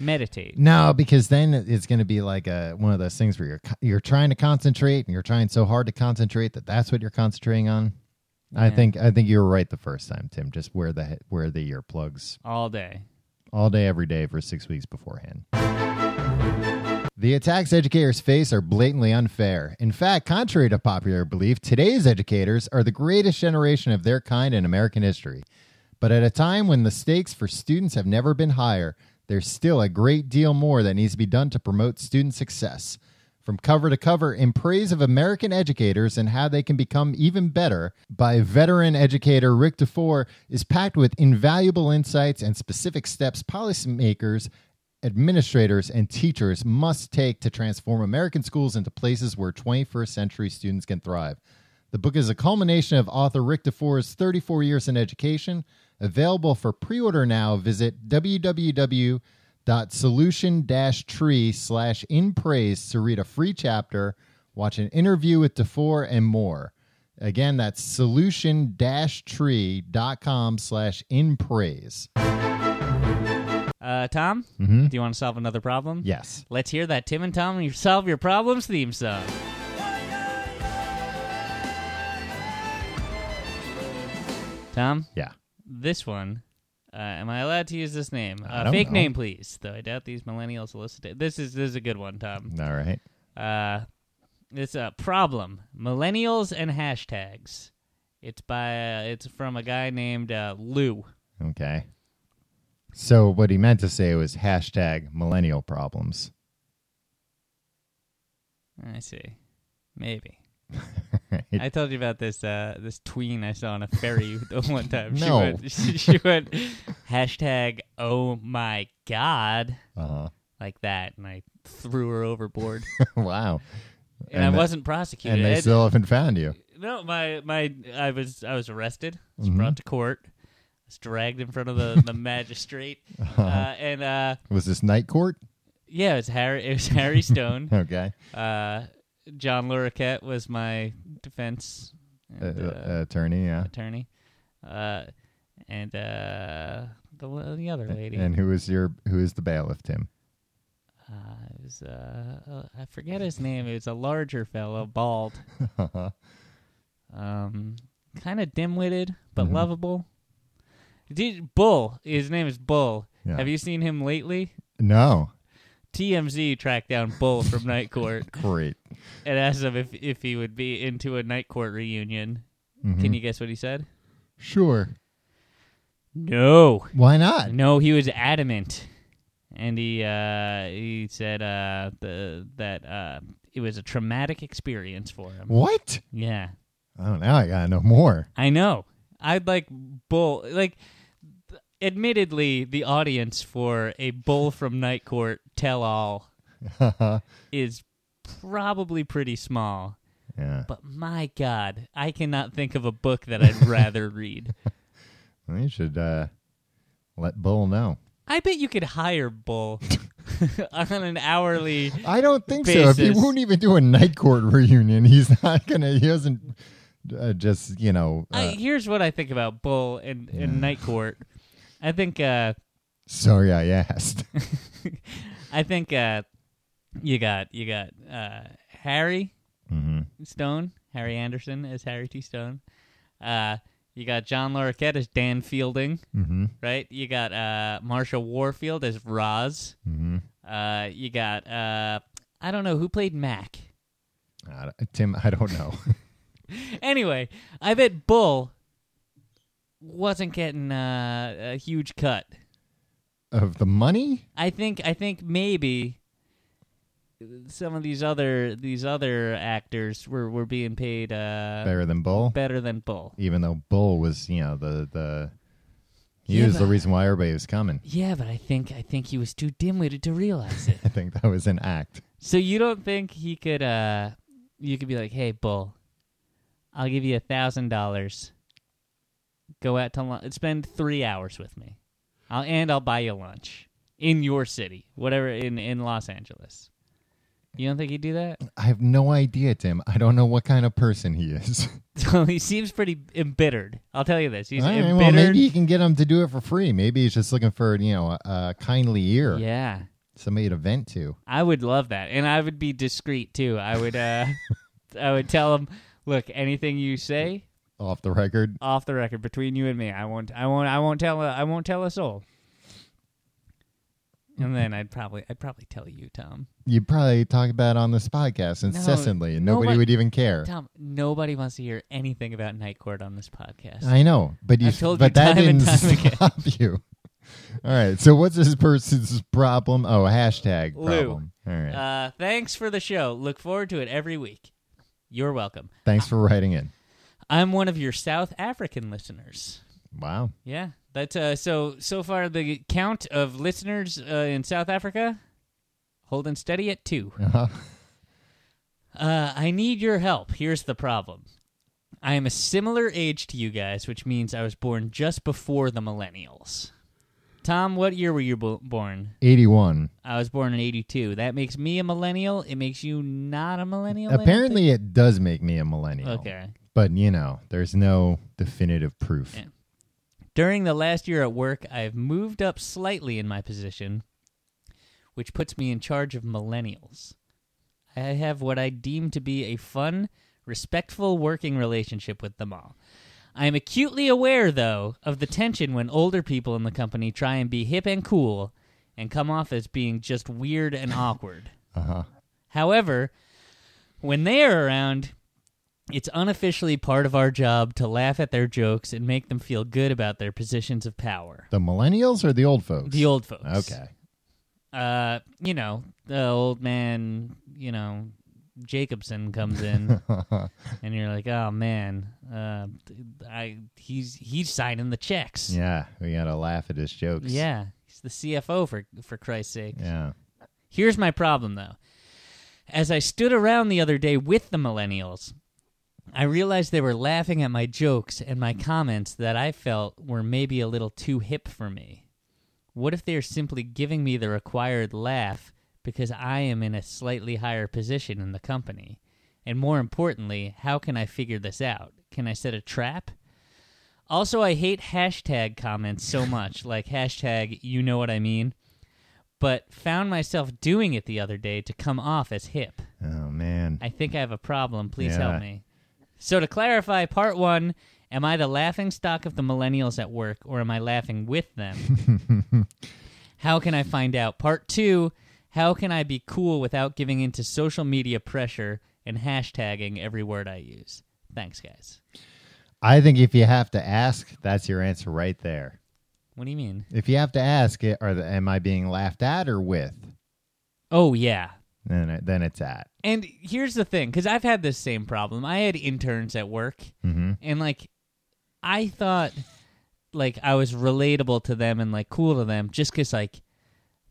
A: meditate.
B: No, because then it's going to be like a, one of those things where you're co- you're trying to concentrate and you're trying so hard to concentrate that that's what you're concentrating on. I
A: Yeah.
B: think I think you were right the first time, Tim. Just wear the he- wear the earplugs
A: all day.
B: all day, every day for six weeks beforehand. The attacks educators face are blatantly unfair. In fact, contrary to popular belief, today's educators are the greatest generation of their kind in American history. But at a time when the stakes for students have never been higher, there's still a great deal more that needs to be done to promote student success. From cover to cover in praise of American educators and how they can become even better by veteran educator Rick DeFore is packed with invaluable insights and specific steps policymakers, administrators, and teachers must take to transform American schools into places where 21st century students can thrive. The book is a culmination of author Rick DeFore's 34 years in education. Available for pre-order now. Visit www.solution-tree slash in praise to read a free chapter, watch an interview with DeFore, and more. Again, that's solution-tree.com slash in praise.
A: Uh, Tom, do you want to solve another problem?
B: Yes.
A: Let's hear that Tim and Tom Solve Your Problems theme song. Tom,
B: Yeah.
A: this one. Uh, am I allowed to use this name?
B: I
A: Uh,
B: don't
A: fake
B: know.
A: name, please. Though I doubt these millennials will listen to This is this is a good one, Tom.
B: All right.
A: Uh, it's a problem. Millennials and hashtags. It's by uh, it's from a guy named uh, Lou.
B: Okay. So what he meant to say was hashtag millennial problems.
A: I see. Maybe. I told you about this uh, this tween I saw on a ferry the one time. She
B: No.
A: went, she, she went hashtag oh my god
B: Uh-huh.
A: like that, and I threw her overboard,
B: wow.
A: and,
B: And
A: I
B: the-
A: wasn't prosecuted.
B: and they
A: I-
B: still haven't found you.
A: no, my my I was I was arrested. I was
B: Mhm.
A: brought to court. I was dragged in front of the, the magistrate,
B: Uh-huh.
A: uh, and uh,
B: Was this night court?
A: yeah, it was Harry. It was Harry Stone.
B: Okay.
A: uh, John Luriquette was my defense.
B: Uh,
A: and, uh,
B: uh, attorney, yeah.
A: attorney, uh, and uh, the one- the other lady.
B: And who is your who is the bailiff, Tim?
A: uh, it was uh, uh, I forget his name. It was a larger fellow, bald, um, kind of dim-witted but
B: Mhm.
A: lovable. Dude, Bull. His name is Bull.
B: Yeah.
A: Have you seen him lately?
B: no.
A: TMZ tracked down Bull from Night Court
B: Great.
A: and asked him if if he would be into a Night Court reunion. Can you guess what he said?
B: Mm-hmm. Sure.
A: No.
B: Why not?
A: No, he was adamant, and he uh, he said uh, the, that uh, it was a traumatic experience for him.
B: What?
A: Yeah,
B: Oh, now I gotta know more.
A: I know. I'd like bull like. th- Admittedly, the audience for a bull from Night Court tell all is probably pretty small.
B: yeah.
A: But my God, I cannot think of a book that I'd rather read.
B: Well, you should uh, let Bull know.
A: I bet you could hire Bull on an hourly.
B: I don't think so. If he
A: Basis.
B: won't even do a night court reunion, he's not gonna. He doesn't uh, just you know uh,
A: I, here's what I think about Bull and, and Night Court. I think uh,
B: Sorry, I asked.
A: I think uh, you got you got uh, Harry
B: hmm
A: Stone, Harry Anderson as Harry T. Stone. Uh, you got John Larroquette as Dan Fielding,
B: hmm
A: right? You got uh, Marsha Warfield as Roz.
B: hmm
A: Uh, you got uh, I don't know who played Mac.
B: I don't- Tim, I don't know.
A: Anyway, I bet Bull wasn't getting uh, a huge cut.
B: of the money?
A: I think I think maybe some of these other these other actors were, were being paid uh,
B: Better than Bull?
A: better than Bull.
B: even though Bull was, you know, the the he
A: Yeah,
B: was the
A: but-
B: reason why everybody was coming.
A: Yeah, but I think I think he was too dimwitted to realize it.
B: I think that was an act.
A: so you don't think he could uh you could be like, "Hey, Bull, I'll give you a thousand dollars Go out to lunch. Spend three hours with me. I'll and I'll buy you lunch in your city, whatever in in Los Angeles. You don't think he'd do that?
B: I have no idea, Tim. I don't know what kind of person he is.
A: So he seems pretty embittered. I'll tell you this: he's
B: All right,
A: embittered.
B: well, maybe he can get him to do it for free. Maybe he's just looking for you know a, a kindly ear,
A: Yeah,
B: somebody to vent to.
A: I would love that, and I would be discreet too. I would, uh, I would tell him, look, anything you say
B: Off the record,
A: off the record between you and me, I won't, I won't, I won't tell, a, I won't tell a soul. And then I'd probably, I'd probably tell you, Tom.
B: you'd probably talk about it on this podcast incessantly, and nobody
A: nobody-
B: would even care.
A: Tom, nobody wants to hear anything about Night Court on this podcast.
B: I know, but you,
A: I've told
B: but
A: you
B: that
A: time and
B: didn't
A: time again.
B: stop you. All right. So what's this person's problem? Oh, hashtag
A: Lou.
B: problem. All right.
A: Uh, thanks for the show. Look forward to it every week. You're welcome.
B: Thanks for writing in.
A: I'm one of your South African listeners.
B: Wow.
A: Yeah, that's uh, so so far the count of listeners uh, in South Africa holding steady at two.
B: Uh-huh.
A: Uh, I need your help. Here's the problem. I am a similar age to you guys, which means I was born just before the millennials. Tom, what year were you bo- born?
B: Eighty-one.
A: I was born in 82. That makes me a millennial. It makes you not a millennial. I don't
B: Apparently, it does make me a millennial.
A: think? Okay.
B: But you know, there's no definitive proof.
A: Yeah. During the last year at work, I've moved up slightly in my position, which puts me in charge of millennials. I have what I deem to be a fun, respectful working relationship with them all. I am acutely aware, though, of the tension when older people in the company try and be hip and cool and come off as being just weird and awkward.
B: Uh huh.
A: However, when they are around, it's unofficially part of our job to laugh at their jokes and make them feel good about their positions of power.
B: The millennials or the old folks?
A: The old folks.
B: Okay.
A: Uh, you know, the old man, you know, Jacobson comes in and you're like, "Oh man, uh I he's he's signing the checks."
B: yeah, we gotta laugh at his jokes.
A: Yeah. He's the CFO for for Christ's sake.
B: Yeah.
A: Here's my problem, though. As I stood around the other day with the millennials, I realized they were laughing at my jokes and my comments that I felt were maybe a little too hip for me. What if they are simply giving me the required laugh because I am in a slightly higher position in the company? And more importantly, how can I figure this out? Can I set a trap? Also, I hate hashtag comments so much, like hashtag, you know what I mean but found myself doing it the other day to come off as hip.
B: Oh man.
A: I think I have a problem. Please
B: Yeah.
A: help me. So, to clarify, part one Am I the laughing stock of the millennials at work, or am I laughing with them? how can I find out? Part two How can I be cool without giving in to social media pressure and hashtagging every word I use? Thanks, guys.
B: I think if you have to ask, that's your answer right there.
A: What do you mean?
B: If you have to ask, it, or the, am I being laughed at or with?
A: Oh, yeah.
B: Then it, then it's at.
A: And here's the thing, because I've had this same problem. I had interns at work,
B: Mm-hmm.
A: and like, I thought, like, I was relatable to them and like cool to them, just because like,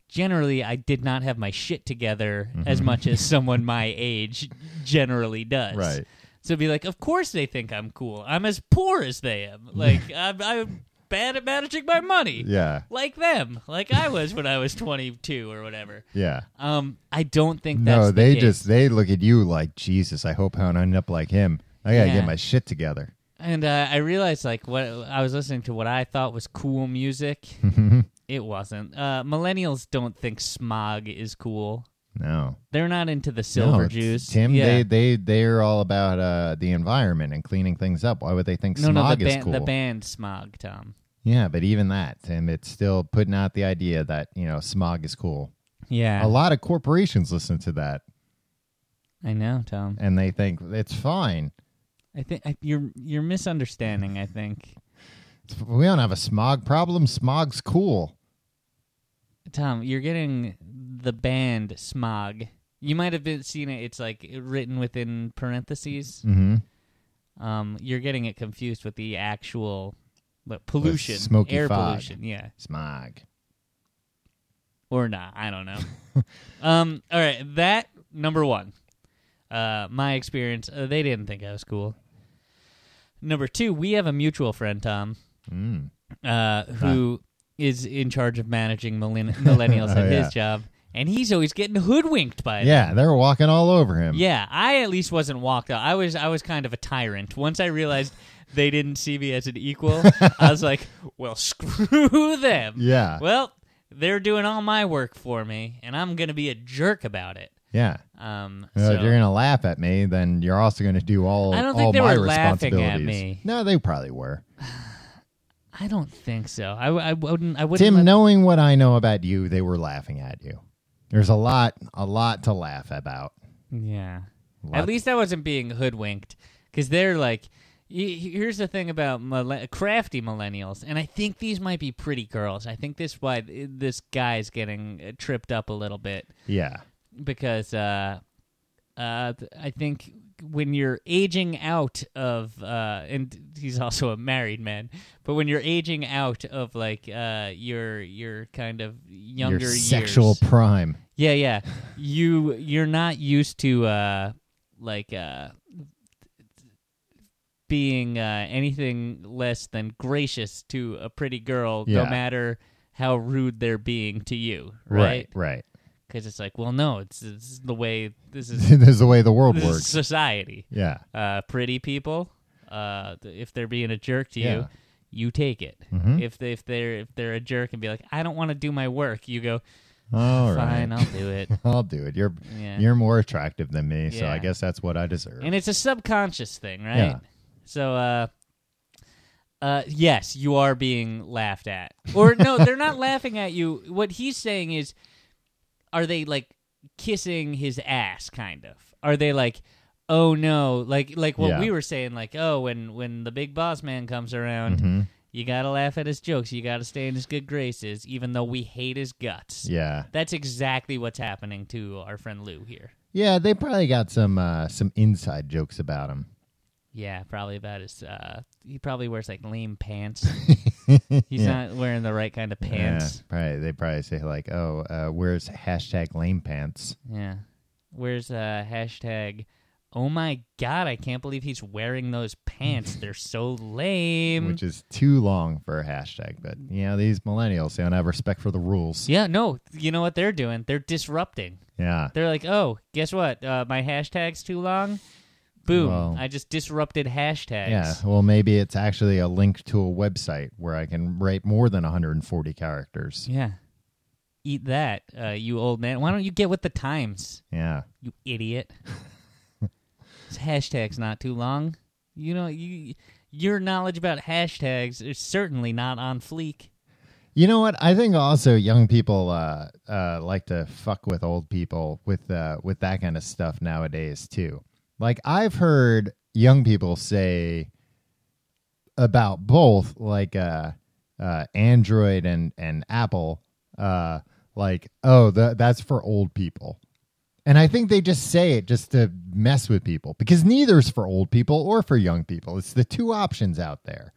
A: generally, I did not have my shit together as
B: Mm-hmm.
A: much as someone my age generally does.
B: Right.
A: So be like, of course they think I'm cool. I'm as poor as they am. Like, I'm, I'm bad at managing my money.
B: Yeah.
A: Like them, like I was when I was 22 or whatever.
B: Yeah.
A: Um, I don't think that's
B: No,
A: the
B: they
A: case.
B: just they look at you like Jesus. I hope I don't end up like him. I gotta
A: Yeah.
B: get my shit together.
A: And uh, I realized, like, what I was listening to what I thought was cool music. it wasn't. Uh, millennials don't think smog is cool.
B: No,
A: They're not into the silver
B: no, t-
A: juice.
B: Tim,
A: yeah.
B: they they they're all about uh, the environment and cleaning things up. Why would they think
A: no,
B: smog
A: no, the,
B: is
A: ban-
B: cool?
A: the band smog, Tom.
B: Yeah, but even that, Tim, it's still putting out the idea that you know smog is cool.
A: Yeah,
B: A lot of corporations listen to that
A: I know, Tom.
B: and they think it's fine.
A: I think I, you're you're misunderstanding. I think,
B: It's- We don't have a smog problem. Smog's cool.
A: Tom, you're getting the band smog. You might have been seen it. It's like written within parentheses.
B: Mm-hmm.
A: Um, you're getting it confused with the actual what, pollution,
B: smoky
A: air
B: fog.
A: pollution. Yeah.
B: Smog.
A: or not. I don't know. um, all right, that number one. Uh, my experience, uh, they didn't think I was cool. Number two, we have a mutual friend, Tom,
B: Mm.
A: uh, who is in charge of managing millenn- millennials
B: Oh,
A: at
B: yeah.
A: his job, and he's always getting hoodwinked by them.
B: Yeah, they were walking all over him.
A: Yeah, I at least wasn't walked out. I was I was kind of a tyrant. Once I realized they didn't see me as an equal, I was like, well, screw them.
B: Yeah.
A: Well, they're doing all my work for me, and I'm gonna be a jerk about it.
B: Yeah.
A: Um,
B: Well,
A: so-
B: if you're gonna laugh at me, then you're also gonna do all.
A: I don't think
B: all
A: they
B: my
A: were laughing at
B: responsibilities.
A: me.
B: No, they probably were.
A: I don't think so. I, w- I wouldn't. I wouldn't.
B: Tim,
A: let-
B: knowing what I know about you, they were laughing at you. There's a lot, a lot to laugh about.
A: Yeah.
B: Lot-
A: At least I wasn't being hoodwinked because they're like, y- here's the thing about millen- crafty millennials, and I think these might be pretty girls. I think this why th- this guy's getting uh, tripped up a little bit
B: Yeah.
A: because uh, uh, th- I think when you're aging out of uh, and he's also a married man, but when you're aging out of like uh, your your kind of younger
B: Your
A: years,
B: sexual prime.
A: yeah, yeah. You you're not used to uh like uh being uh anything less than gracious to a pretty girl no
B: Yeah.
A: matter how rude they're being to you,
B: Right.
A: right?
B: Right.
A: Cuz it's like, well no, it's, it's the way this is
B: this is the way the world
A: this is
B: works.
A: society.
B: Yeah.
A: Uh pretty people uh th- if they're being a jerk to
B: Yeah.
A: you, you take it.
B: Mhm.
A: If they, if they're if they're a jerk and be like, "I don't want to do my work." You go,
B: All
A: "Fine,
B: right.
A: I'll do it."
B: I'll do it. You're
A: Yeah.
B: you're more attractive than me, so
A: Yeah.
B: I guess that's what I deserve.
A: And it's a subconscious thing, right?
B: Yeah.
A: So, uh, uh, yes, you are being laughed at. Or, no, they're not laughing at you. What he's saying is, are they like kissing his ass, kind of? Are they like, oh no, like like what
B: Yeah.
A: we were saying, like, oh, when, when the big boss man comes around,
B: Mhm.
A: you gotta laugh at his jokes, you gotta stay in his good graces, even though we hate his guts.
B: Yeah.
A: That's exactly what's happening to our friend Lou here.
B: Yeah, they probably got some uh, some inside jokes about him.
A: Yeah, probably about his. Uh, he probably wears like lame pants. He's not wearing the right kind of pants.
B: Yeah, probably, they probably say like, "Oh, uh, where's hashtag lame pants?"
A: Yeah. Where's uh, hashtag? Oh my god! I can't believe he's wearing those pants. They're so lame.
B: Which is too long for a hashtag, but you know these millennials they don't have respect for the rules.
A: yeah, no. You know what they're doing? They're disrupting.
B: Yeah,
A: They're like, oh, guess what? Uh, my hashtag's too long. Boom!
B: Well-
A: I just disrupted hashtags.
B: yeah. Well, maybe it's actually a link to a website where I can write more than 140 characters.
A: Yeah. Eat that, uh, you old man. Why don't you get with the times?
B: Yeah,
A: You idiot. this hashtag's not too long. You know, you your knowledge about hashtags is certainly not on fleek.
B: you know what? I think also young people uh, uh, like to fuck with old people with uh, with that kind of stuff nowadays too. Like I've heard young people say about both like uh uh android and and apple uh like oh the, that's for old people and i think they just say it just to mess with people because neither's for old people or for young people it's the two options out there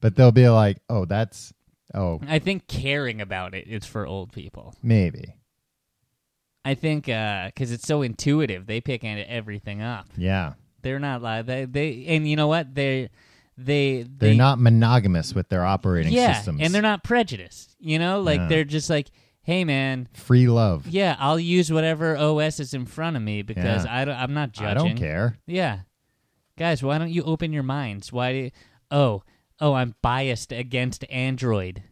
B: but they'll be like oh that's oh
A: I think caring about it is for old people.
B: maybe
A: I think because it's so intuitive, they pick at everything up.
B: yeah
A: They're not like they, they and you know what they they
B: they're
A: they,
B: not monogamous with their operating
A: yeah,
B: systems
A: and they're not prejudiced. You know, like
B: Yeah.
A: they're just like, hey man,
B: free love
A: yeah, I'll use whatever OS is in front of me because
B: Yeah.
A: I don't, I'm not judging.
B: i don't care
A: Yeah. Guys, why don't you open your minds? Why do you, Oh, oh, I'm biased against Android.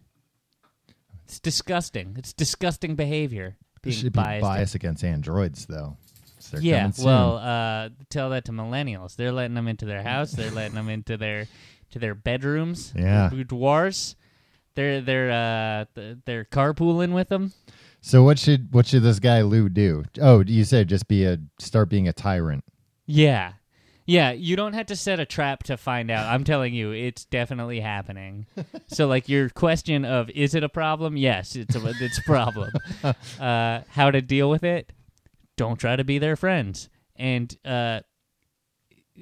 A: It's disgusting. It's disgusting behavior.
B: There
A: Being
B: should be
A: biased.
B: bias against androids though So they're
A: yeah,
B: coming soon.
A: well, uh, tell that to millennials. They're letting them into their house. They're letting them into their to their bedrooms,
B: Yeah.
A: their boudoirs. They're they're uh, th- they're carpooling with them.
B: So what should what should this guy Lou do? Oh, you said just be a start being a tyrant.
A: Yeah. Yeah, you don't have to set a trap to find out. I'm telling you, it's definitely happening. so, like your question of is it a problem? Yes, it's a it's a problem. uh, how to deal with it? Don't try to be their friends. And uh,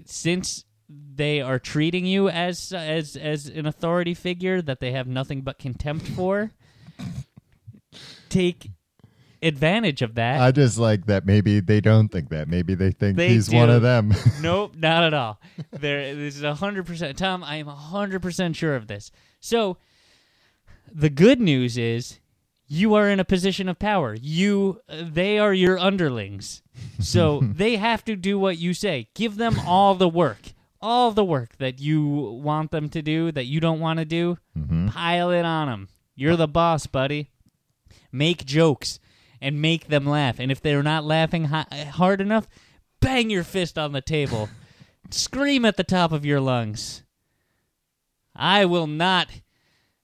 A: since they are treating you as as as an authority figure that they have nothing but contempt for, take advantage of that.
B: I just like that maybe they don't think that. Maybe they think
A: They
B: he's
A: do.
B: one of them.
A: nope, not at all. There, this is hundred percent. Tom, I am hundred percent sure of this. So, the good news is, you are in a position of power. You, they are your underlings, so they have to do what you say. Give them all the work, all the work that you want them to do, that you don't want to do. Pile it on them. You're the boss, buddy. Make jokes and make them laugh. And if they're not laughing hi- hard enough, bang your fist on the table. Scream at the top of your lungs. I will not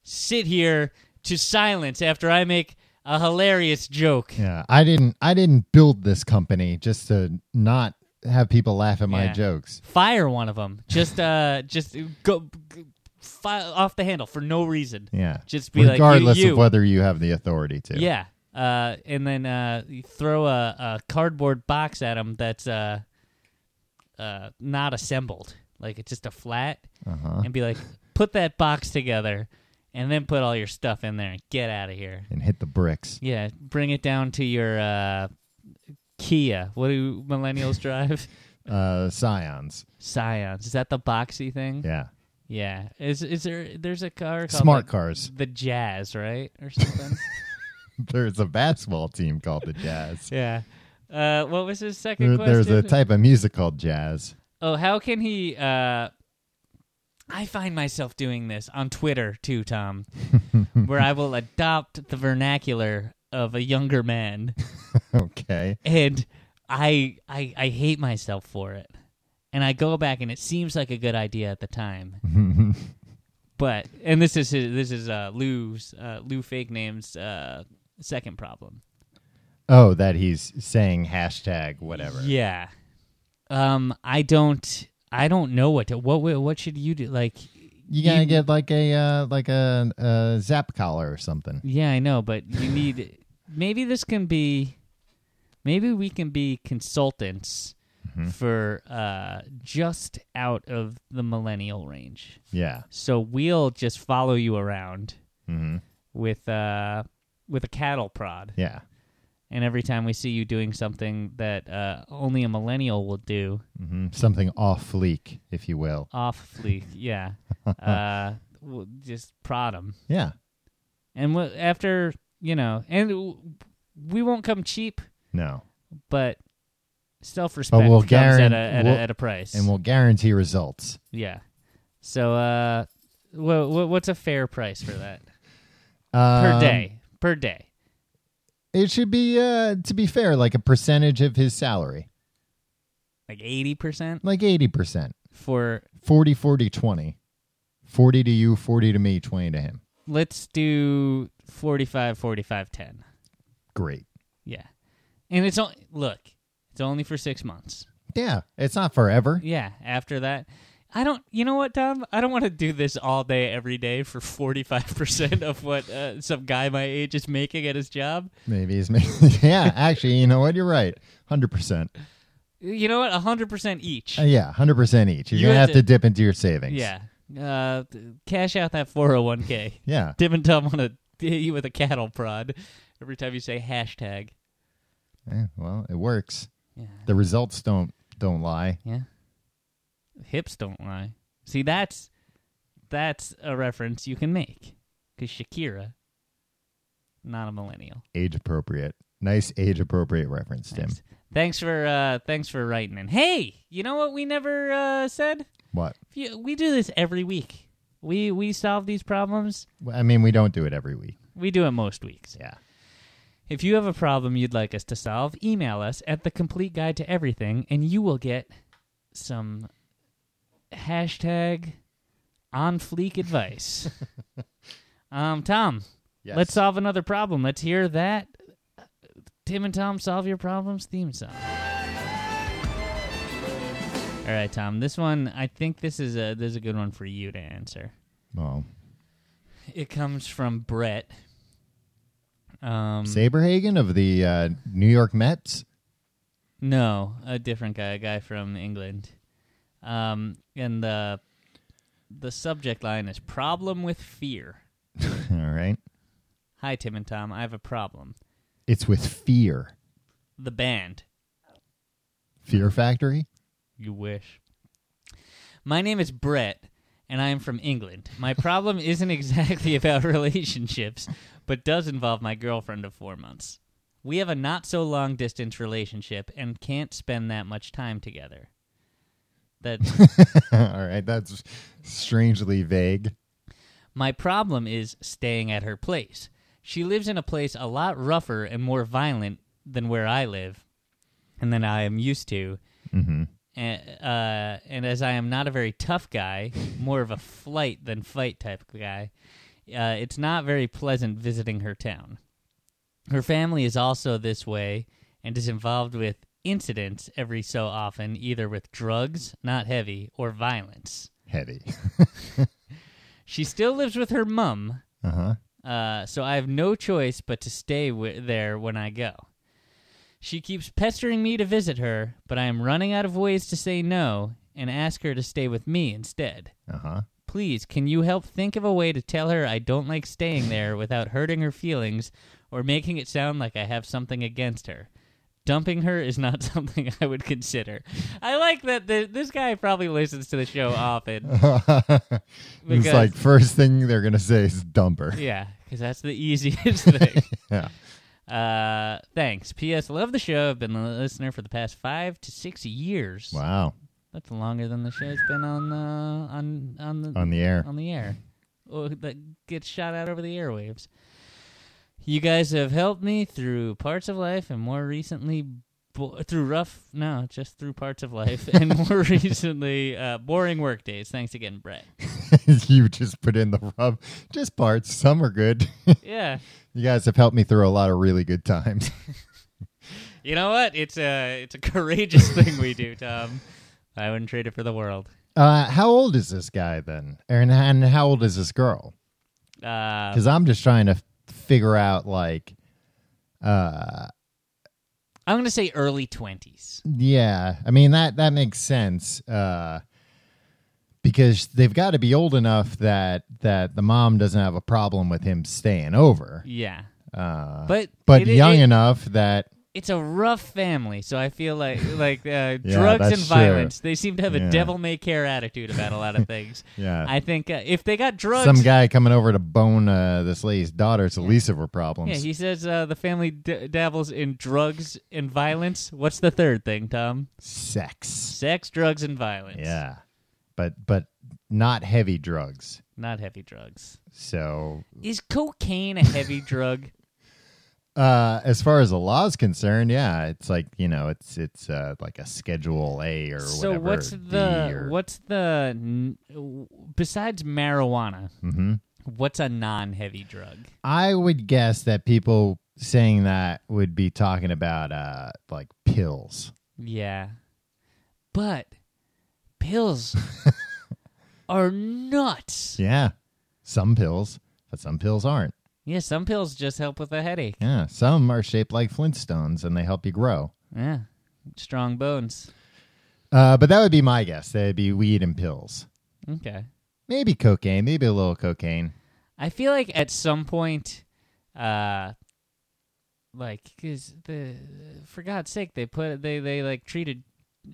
A: sit here to silence after I make a hilarious joke.
B: yeah, I didn't. I didn't build this company just to not have people laugh at my
A: Yeah.
B: jokes.
A: Fire one of them. Just uh just go g- fi- off the handle for no reason.
B: Yeah,
A: Just be like, you-
B: regardless
A: you.
B: of whether you have the authority to.
A: Yeah. Uh, and then uh, you throw a, a cardboard box at them that's uh, uh, not assembled. Like it's just a flat.
B: Uh-huh.
A: And be like, put that box together and then put all your stuff in there and get out of here.
B: and hit the bricks.
A: Yeah. Bring it down to your uh, Kia. What do millennials drive?
B: Uh, scions.
A: Scions. Is that the boxy thing?
B: Yeah,
A: Yeah. Is is there there's a car called
B: smart
A: like,
B: cars.
A: the Jazz, right? Or something.
B: There's a basketball team called the Jazz.
A: yeah. Uh, what was his second
B: There-
A: question?
B: there's a type of music called jazz.
A: Oh, how can he? Uh, I find myself doing this on Twitter too, Tom, where I will adopt the vernacular of a younger man,
B: Okay.
A: and I, I I hate myself for it. And I go back, and it seems like a good idea at the time, but and this is his, this is uh, Lou's uh, Lou fake names uh, second problem.
B: Oh, that he's saying hashtag whatever.
A: Yeah. Um, I don't. I don't know what to, what what should you do? Like,
B: You gotta
A: You-
B: get like a uh, like a, a zap collar or something.
A: Yeah, I know, but you need. maybe this can be. Maybe we can be consultants for uh, just out of the millennial range.
B: Yeah.
A: So we'll just follow you around
B: hmm
A: with uh, with a cattle prod,
B: Yeah.
A: and every time we see you doing something that uh, only a millennial will do,
B: hmm Something off fleek, if you will.
A: off fleek, yeah, uh, we'll just prod them.
B: Yeah.
A: And wh- after you know, and w- we won't come cheap.
B: No.
A: but self respect
B: we'll
A: comes at,
B: guaran-
A: a, at,
B: we'll-
A: a, at a price.
B: And we'll guarantee results.
A: yeah. So, uh, wha wha- what's a fair price for that per
B: Um,
A: day? Per day.
B: It should be uh to be fair, like a percentage of his salary.
A: Like 80%
B: Like eighty percent.
A: for,
B: 40 40 20. 40 to you, 40 to me, 20 to him.
A: let's do 45, 45, 10.
B: Great.
A: Yeah. And it's only, look, it's only for six months.
B: Yeah, it's not forever.
A: Yeah. After that, I don't, you know what, Tom? I don't want to do this all day, every day for 45% of what uh, some guy my age is making at his job.
B: Maybe he's making. yeah, actually, you know what? You're right. Hundred percent. Uh,
A: You know what? 100% each.
B: Yeah, hundred percent each. You're
A: You
B: gonna
A: have
B: have
A: to-
B: to dip into your savings.
A: Yeah. Uh, th- cash out that 401k.
B: Yeah.
A: Tim and Tom want to hit you with a cattle prod every time you say hashtag.
B: Eh, well, it works.
A: Yeah.
B: The results don't don't lie.
A: Yeah. Hips don't lie. See, that's that's a reference you can make because Shakira, not a millennial.
B: Age appropriate. Nice age appropriate reference, Tim.
A: Thanks, thanks for uh, thanks for writing in. Hey, you know what we never uh, said?
B: What?
A: If you- We do this every week. We we solve these problems.
B: Well, I mean, we don't do it every week.
A: We do it most weeks.
B: Yeah.
A: If you have a problem you'd like us to solve, email us at the complete guide to everything and you will get some hashtag on fleek advice. um, Tom,
B: Yes.
A: let's uh, solve another problem. Let's hear that. Tim and Tom solve your problems theme song. All right, Tom. This one, I think this is a this is a good one for you to answer.
B: Oh,
A: It comes from Brett. Um,
B: Saberhagen of the uh, New York Mets.
A: No, a different guy, a guy from England. Um, and the the subject line is problem with fear.
B: All right.
A: Hi Tim and Tom, I have a problem.
B: It's with Fear.
A: The band.
B: Fear Factory?
A: You wish. My name is Brett, and I am from England. My problem isn't exactly about relationships, but does involve my girlfriend of four months. We have a not so long distance relationship and can't spend that much time together. That
B: All right, that's strangely vague.
A: my problem is staying at her place. She lives in a place a lot rougher and more violent than where I live and than I am used to.
B: hmm
A: and, uh, and as I am not a very tough guy, more of a flight than fight type of guy, uh, it's not very pleasant visiting her town. Her family is also this way and is involved with incidents every so often, either with drugs, not heavy, or violence.
B: Heavy.
A: She still lives with her mum,
B: Uh huh.
A: uh, so I have no choice but to stay wi- there when I go. She keeps pestering me to visit her, but I am running out of ways to say no and ask her to stay with me instead.
B: Uh huh.
A: Please, can you help think of a way to tell her I don't like staying there without hurting her feelings or making it sound like I have something against her? Dumping her is not something I would consider. I like that the, this guy probably listens to the show often.
B: it's
A: Because-
B: like first thing they're gonna say is dumper.
A: Yeah, because that's the easiest thing.
B: Yeah.
A: Uh, thanks. P.S. Love the show. I've been a listener for the past five to six years.
B: Wow.
A: That's longer than the show's been on uh, on on the
B: On the air.
A: on the air. Oh, that gets shot out over the airwaves. You guys have helped me through parts of life, and more recently, bo- through rough no, just through parts of life, and more recently, uh, boring work days. Thanks again, Brett.
B: you just put in the rub. Just parts. Some are good.
A: Yeah.
B: you guys have helped me through a lot of really good times.
A: You know what? It's a it's a courageous thing we do, Tom. I wouldn't trade it for the world.
B: Uh, how old is this guy then? And and how old is this girl?
A: Uh,
B: Because I'm just trying to f- figure out like, uh,
A: I'm going to say early 20s.
B: yeah. I mean that that makes sense. Uh, because they've got to be old enough that that the mom doesn't have a problem with him staying over.
A: Yeah.
B: Uh,
A: But
B: but
A: it- it-
B: young
A: it-
B: enough that
A: it's a rough family, so I feel like like uh,
B: Yeah,
A: drugs
B: that's
A: and
B: true.
A: violence, they seem to have
B: Yeah.
A: a devil may care attitude about a lot of things.
B: yeah.
A: I think uh, if they got drugs
B: some guy coming over to bone uh, this lady's daughter. It's the least of her
A: Yeah,
B: problems.
A: he says uh, the family d- dabbles in drugs and violence. What's the third thing, Tom?
B: Sex.
A: Sex, drugs, and violence.
B: Yeah, but but not heavy drugs.
A: Not heavy drugs.
B: So
A: Is cocaine a heavy drug?
B: uh, as far as the law's concerned, yeah, it's like you know, it's it's uh, like a Schedule A or
A: So
B: whatever.
A: what's
B: D
A: the
B: or-
A: what's the n- w- besides marijuana?
B: Mhm.
A: What's a non-heavy drug?
B: I would guess that people saying that would be talking about uh, like pills.
A: Yeah. But pills are nuts. Yeah.
B: Yeah, some pills, but some pills aren't.
A: some pills just help with a headache.
B: Yeah, some are shaped like Flintstones and they help you grow.
A: Yeah. Strong bones.
B: Uh, but that would be my guess. That'd be weed and pills.
A: Okay.
B: Maybe cocaine. Maybe a little cocaine.
A: I feel like at some point uh like cuz the for God's sake they put they they like treated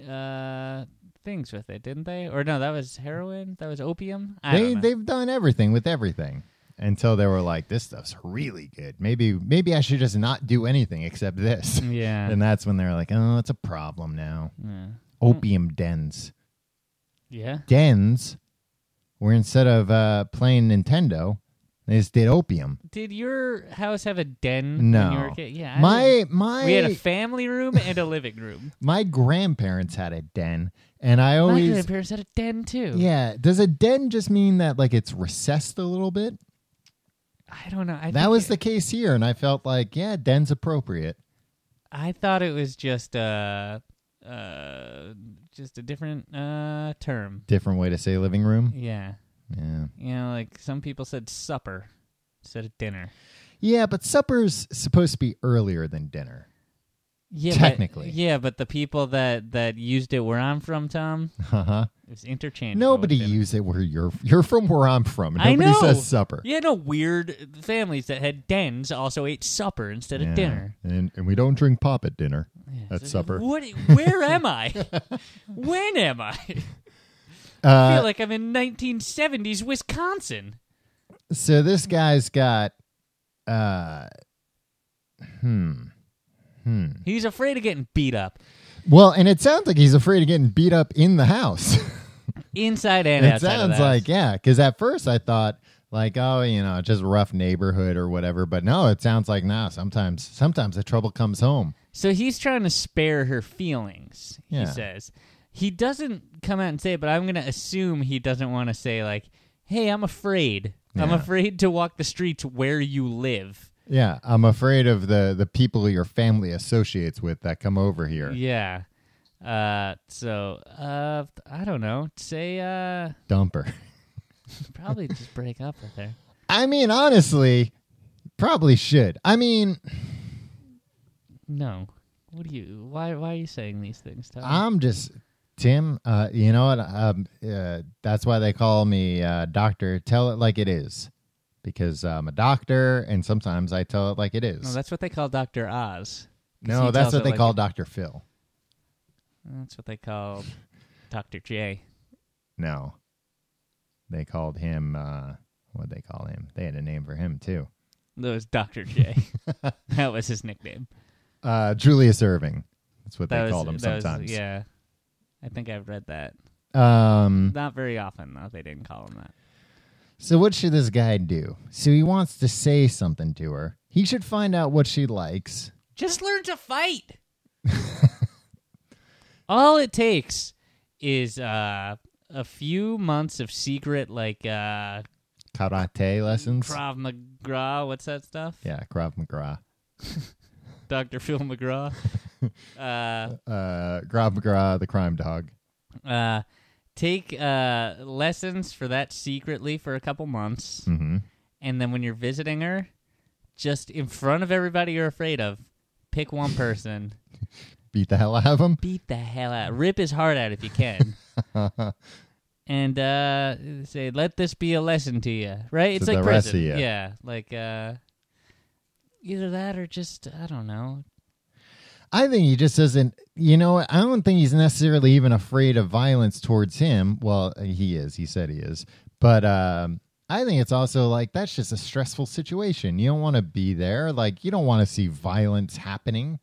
A: uh things with it, didn't they? Or no, that was heroin? That was opium? I
B: They
A: don't know.
B: they've done everything with everything until they were like, this stuff's really good. Maybe maybe I should just not do anything except this.
A: yeah.
B: and that's when they're like, oh, it's a problem now.
A: yeah.
B: Opium dens.
A: Yeah.
B: Dens. Where instead of uh, playing Nintendo, they just did opium.
A: Did your house have a den when you were
B: No,
A: a kid? Yeah. I
B: my my
A: We had a family room and a living room.
B: my grandparents had a den, and I
A: My
B: always
A: grandparents had a den too.
B: Yeah. Does a den just mean that like it's recessed a little bit?
A: I don't know. I
B: that
A: think
B: was
A: it-
B: the case here, and I felt like, yeah, den's appropriate.
A: I thought it was just uh, uh, just a different uh term.
B: Different way to say living room.
A: Yeah.
B: Yeah.
A: You know, like some people said supper instead of dinner.
B: Yeah, but supper's supposed to be earlier than dinner.
A: Yeah,
B: Technically.
A: But, yeah, but the people that that used it where I'm from, Tom,
B: Uh-huh.
A: it's interchangeable.
B: Nobody
A: with them.
B: use it where you're you're from where I'm from.
A: I
B: Nobody
A: know.
B: says supper.
A: You had no weird families that had dens also ate supper instead of
B: Yeah.
A: dinner.
B: And and we don't drink pop at dinner.
A: Yeah,
B: At
A: so
B: supper.
A: What? Where am I? when am I? I
B: Uh,
A: feel like I'm in 1970s Wisconsin.
B: so this guy's got uh hmm. Hmm.
A: He's afraid of getting beat up
B: Well, and it sounds like he's afraid of getting beat up in the house.
A: inside and
B: it
A: outside. of
B: sounds
A: the house.
B: like yeah because at first i thought like oh you know just rough neighborhood or whatever but no it sounds like nah sometimes sometimes the trouble comes home
A: So he's trying to spare her feelings, he
B: Yeah.
A: says. He doesn't come out and say it, but I'm going to assume he doesn't want to say, like, hey, I'm afraid. I'm
B: Yeah.
A: afraid to walk the streets where you live.
B: yeah i'm afraid of the the people your family associates with that come over here
A: Yeah. Uh, so, uh, I don't know. Say, uh,
B: dumper
A: probably just break up with her.
B: i mean honestly probably should i mean
A: No. What do you, why, why are you saying these things, Tom?
B: i'm just tim uh you know what um uh, that's why they call me uh doctor tell it like it is because i'm a doctor and sometimes i tell it like it is
A: no, that's what they call Dr. Oz. 'Cause
B: No,
A: he
B: that's
A: tells
B: what
A: it
B: they
A: like-
B: call Dr. Phil.
A: That's what they call Dr. J.
B: No. They called him uh what they call him? They had a name for him too.
A: That was Dr. J. that was his nickname.
B: Uh Julius Irving. That's what
A: That
B: they
A: was,
B: called him
A: that was-
B: sometimes.
A: yeah. I think I've read that.
B: Um
A: Not very often, though, they didn't call him that.
B: so what should this guy do? So he wants to say something to her. He should find out what she likes.
A: Just learn to fight. All it takes is uh, a few months of secret, like uh,
B: Karate lessons.
A: Krav McGraw. What's that stuff?
B: yeah, Krav McGraw.
A: Dr. Phil McGraw. uh,
B: Uh Krav McGraw, the crime dog.
A: uh, take uh, lessons for that secretly for a couple months.
B: Mhm.
A: and then when you're visiting her, just in front of everybody you're afraid of, pick one person,
B: Beat the hell out of him.
A: beat the hell out, rip his heart out if you can, and uh, say, "Let this be a lesson to you." Right? It's
B: To
A: like
B: the rest of
A: prison.
B: you.
A: Yeah, like uh, either that or just I don't know.
B: I think he just doesn't. You know, I don't think he's necessarily even afraid of violence towards him. Well, he is. He said he is. But um, I think it's also like that's just a stressful situation. You don't want to be there. Like you don't want to see violence happening.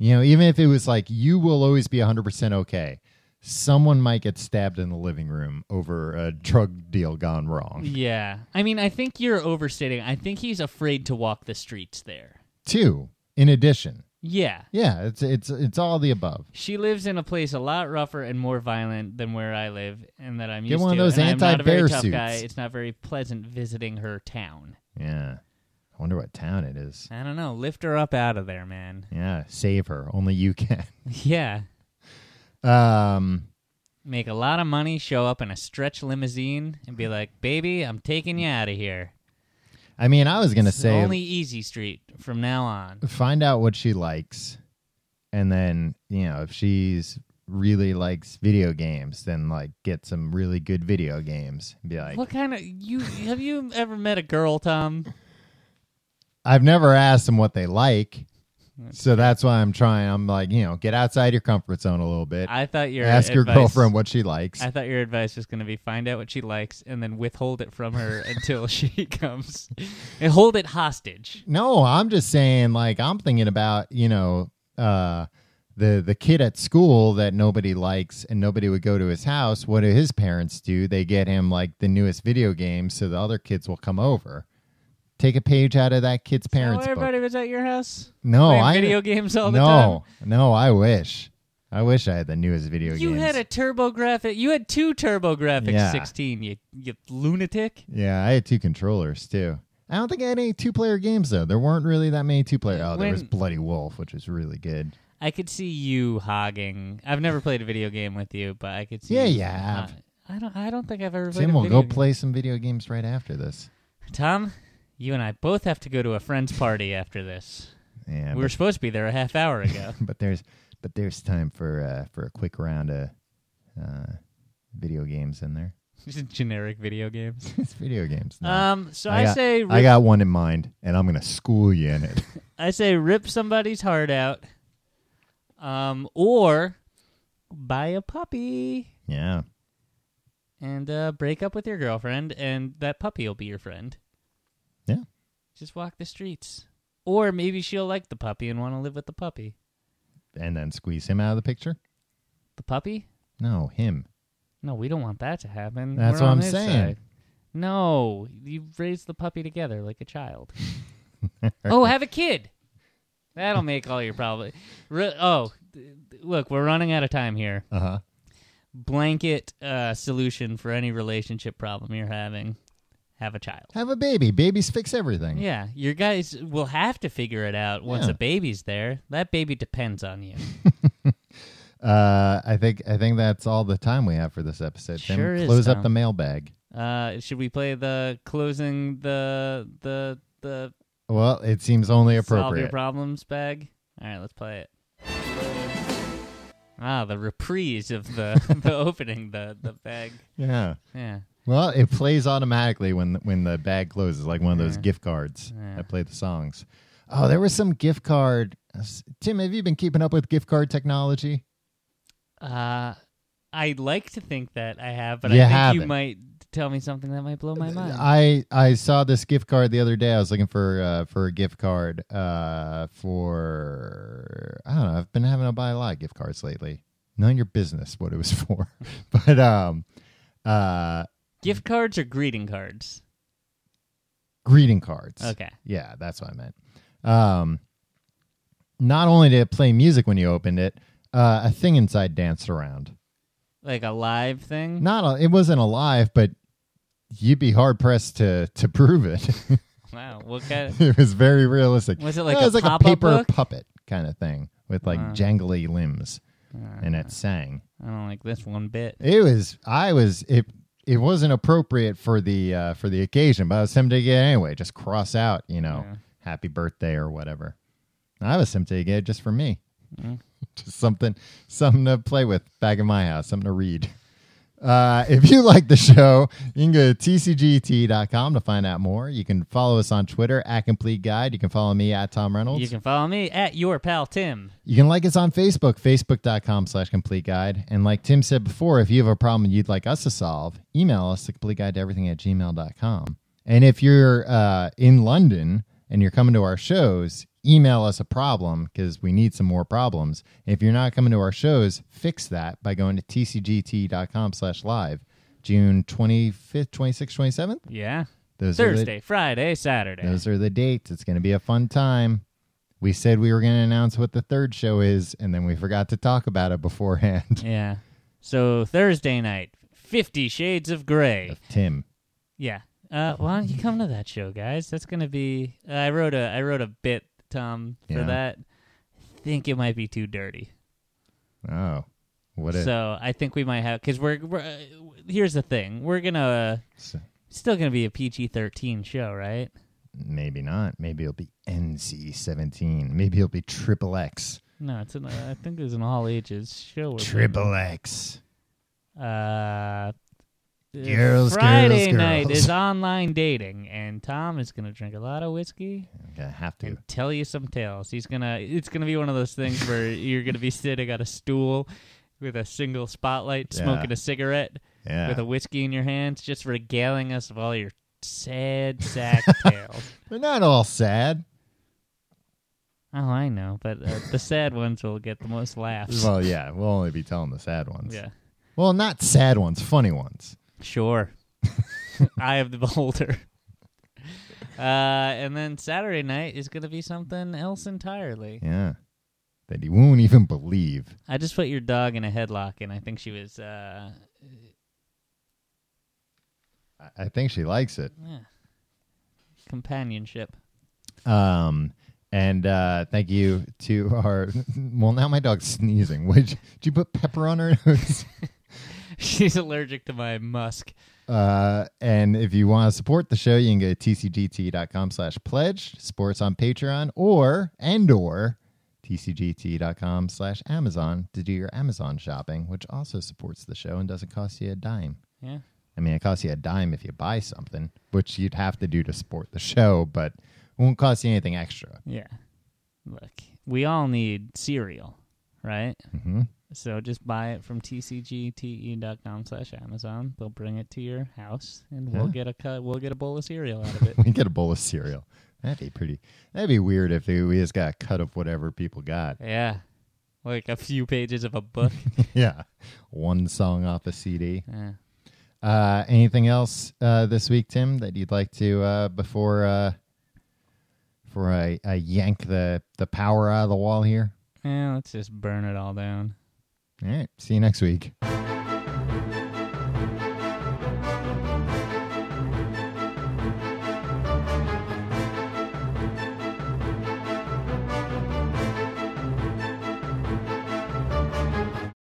B: You know, even if it was like you will always be 100% okay. Someone might get stabbed in the living room over a drug deal gone wrong.
A: Yeah, I mean, I think you're overstating. I think he's afraid to walk the streets there.
B: Two, in addition.
A: Yeah.
B: Yeah, it's it's it's all the above.
A: She lives in a place a lot rougher and more violent than where I live, and that I'm
B: Get
A: used
B: one of
A: to.
B: those
A: and I'm not a very
B: anti-bear
A: tough
B: suits.
A: guy. It's not very pleasant visiting her town.
B: Yeah. I wonder what town it is.
A: I don't know. Lift her up out of there, man.
B: Yeah, save her. Only you can.
A: Yeah,
B: Um,
A: make a lot of money, show up in a stretch limousine, and be like, "Baby, I'm taking you out of here."
B: I mean, I was gonna
A: It's
B: say
A: only easy street from now on.
B: find out what she likes, and then you know if she's really likes video games, then like get some really good video games. Be like,
A: what kind of you have you ever met a girl, Tom?
B: I've never asked them what they like,
A: Mm.
B: so that's why I'm trying. I'm like, you know, get outside your comfort zone a little bit.
A: I thought your
B: Ask your
A: advice-
B: girlfriend what she likes.
A: I thought your advice was going to be find out what she likes and then withhold it from her until she comes and hold it hostage.
B: No, I'm just saying like I'm thinking about, you know, uh the the kid at school that nobody likes and nobody would go to his house. What do his parents do? They get him like the newest video game so the other kids will come over. Take a page out of that kid's parents'
A: oh,
B: book.
A: everybody was at your house.
B: No,
A: playing
B: I
A: video games all the
B: No. No, I wish. I wish I had the newest video
A: time. You
B: games.
A: had a TurboGrafx. You had two TurboGrafx
B: Yeah.
A: 16. You you lunatic.
B: yeah, I had two controllers too. I don't think I had any two player games though. There weren't really that many two player. Oh, there was
A: When-
B: Bloody Wolf, which was really good.
A: I could see you hogging. I've never played a video game with you, but I could see.
B: Yeah,
A: you
B: you have.
A: ho- I don't. I don't think I've ever. played
B: Tim
A: a
B: will
A: video
B: go
A: game.
B: play some video games right after this.
A: Tom, you and I both have to go to a friend's party after this.
B: Yeah,
A: We were supposed to be there a half hour ago.
B: but there's but there's time for uh, for a quick round of uh, video games in there.
A: Just generic video games.
B: it's video games. no.
A: Um, so I,
B: got,
A: say rip,
B: I got one in mind, and I'm gonna school you in it.
A: I say rip somebody's heart out, um, or buy a puppy
B: yeah,
A: and uh, break up with your girlfriend, and that puppy will be your friend.
B: Yeah.
A: Just walk the streets, or maybe she'll like the puppy and want to live with the puppy.
B: and then squeeze him out of the picture.
A: The puppy?
B: No, him.
A: No, we don't want that to happen.
B: That's
A: We're
B: what
A: on
B: I'm
A: his
B: saying.
A: side. No, you raise the puppy together like a child. oh, have a kid. That'll make all your problems. Re- oh, th- th- look, we're running out of time here.
B: Uh huh.
A: Blanket uh, solution for any relationship problem you're having: have a child.
B: Have a baby. Babies fix everything.
A: Yeah, your guys will have to figure it out once
B: Yeah.
A: a baby's there. That baby depends on you.
B: Uh, I think I think that's all the time we have for this episode. Tim.
A: Sure is,
B: Close
A: Tom.
B: up the mailbag.
A: Uh, should we play the closing the the the
B: Well, it seems only
A: Solve your
B: appropriate.
A: problems bag. All right, let's play it. Ah, the reprise of the the opening the the bag.
B: yeah.
A: Yeah.
B: Well, it plays automatically when when the bag closes, like one of those
A: Yeah.
B: gift cards.
A: Yeah.
B: I play the songs. Oh, there was some gift card. Tim, have you been keeping up with gift card technology?
A: Uh, I'd like to think that I have, but
B: You
A: I think you
B: haven't. Uh,
A: might tell me something that might blow my mind.
B: I I saw this gift card the other day. I was looking for uh, for a gift card uh, for I don't know. I've been having to buy a lot of gift cards lately. None of your business what it was for, but um, uh,
A: Gift cards or greeting cards?
B: greeting cards.
A: Okay.
B: Yeah, that's what I meant. Um, not only did it play music when you opened it, uh, a thing inside danced around.
A: Like a live thing?
B: Not a, it wasn't alive, but you'd be hard pressed to to prove it.
A: Wow. What kind
B: it was very realistic.
A: Was it like
B: No,
A: a
B: was like a
A: pop-up
B: paper
A: book? Uh-huh.
B: puppet kind of thing with like
A: Wow.
B: jangly limbs, and
A: Uh-huh.
B: it sang.
A: I don't like this one bit.
B: It was I was it it wasn't appropriate for the uh, for the occasion, but I was tempted to get it anyway. Just cross out, you know,
A: Yeah.
B: happy birthday or whatever. I was tempted to get it just for me, just something something to play with back in my house, something to read. Uh, if you like the show, you can go to tcgt.com to find out more. You can follow us on Twitter at Complete Guide. You can follow me at Tom Reynolds.
A: You can follow me at your pal Tim.
B: You can like us on Facebook, facebook.com slash complete guide. And like Tim said before, if you have a problem you'd like us to solve, email us the complete guide to everything at gmail.com. And if you're uh, in London and you're coming to our shows, email us a problem because we need some more problems. If you're not coming to our shows, fix that by going to tcgt.com slash live. June 25th, 26th, 27th?
A: Yeah.
B: Those Are the,
A: Thursday, Friday, Saturday.
B: those are the dates. It's going to be a fun time. We said we were going to announce what the third show is, and then we forgot to talk about it beforehand.
A: Yeah. So Thursday night, Fifty Shades of Grey.
B: Tim,
A: Yeah. Uh, why don't you come to that show, guys? That's gonna be. I wrote a I wrote a bit, Tom, for
B: Yeah.
A: that. I think it might be too dirty.
B: oh, what a
A: so I think we might have because we're, we're uh, here's the thing we're gonna
B: s-
A: still gonna be a PG thirteen show, right?
B: maybe not. Maybe it'll be NC seventeen. Maybe it'll be triple X.
A: No, it's an, I think it's an all ages show. we're
B: Triple X.
A: doing. Uh.
B: Girls,
A: Friday
B: girls,
A: night
B: girls.
A: is online dating, and Tom is going to drink a lot of whiskey.
B: I'm gonna have to.
A: and tell you some tales. He's gonna. It's gonna be one of those things where you're gonna be sitting on a stool with a single spotlight,
B: Yeah.
A: smoking a cigarette,
B: Yeah.
A: with a whiskey in your hands, just regaling us of all your sad sack tales.
B: They're not all sad.
A: Oh, I know, but uh, the sad ones will get the most laughs.
B: Well, yeah, we'll only be telling the sad ones.
A: yeah,
B: Well, not sad ones, funny ones.
A: sure. Eye of the beholder. Uh, and then Saturday night is gonna be something else entirely.
B: Yeah. That you won't even believe.
A: I just put your dog in a headlock, and I think she was. Uh,
B: I- I think she likes it.
A: Yeah. Companionship.
B: Um, and uh, thank you to our. Well, now my dog's sneezing. Would you, did you put pepper on her nose?
A: She's allergic to my musk.
B: Uh, and if you want to support the show, you can go to tcgt.com slash pledge, sports on Patreon, or and or tcgt.com slash Amazon to do your Amazon shopping, which also supports the show and doesn't cost you a dime.
A: Yeah.
B: I mean, it costs you a dime if you buy something, which you'd have to do to support the show, but it won't cost you anything extra.
A: Yeah. Look, we all need cereal, right?
B: hmm
A: So just buy it from tcgte.com E slash Amazon. They'll bring it to your house, and we'll
B: Yeah.
A: get a cut. We'll get a bowl of cereal out of it.
B: We get a bowl of cereal. That'd be pretty. That'd be weird if we just got a cut of whatever people got.
A: yeah, like a few pages of a book.
B: yeah, one song off a CD.
A: yeah.
B: Uh, anything else uh, this week, Tim, that you'd like to uh, before uh, before I, I yank the the power out of the wall here?
A: yeah, let's just burn it all down.
B: All right. See you next week.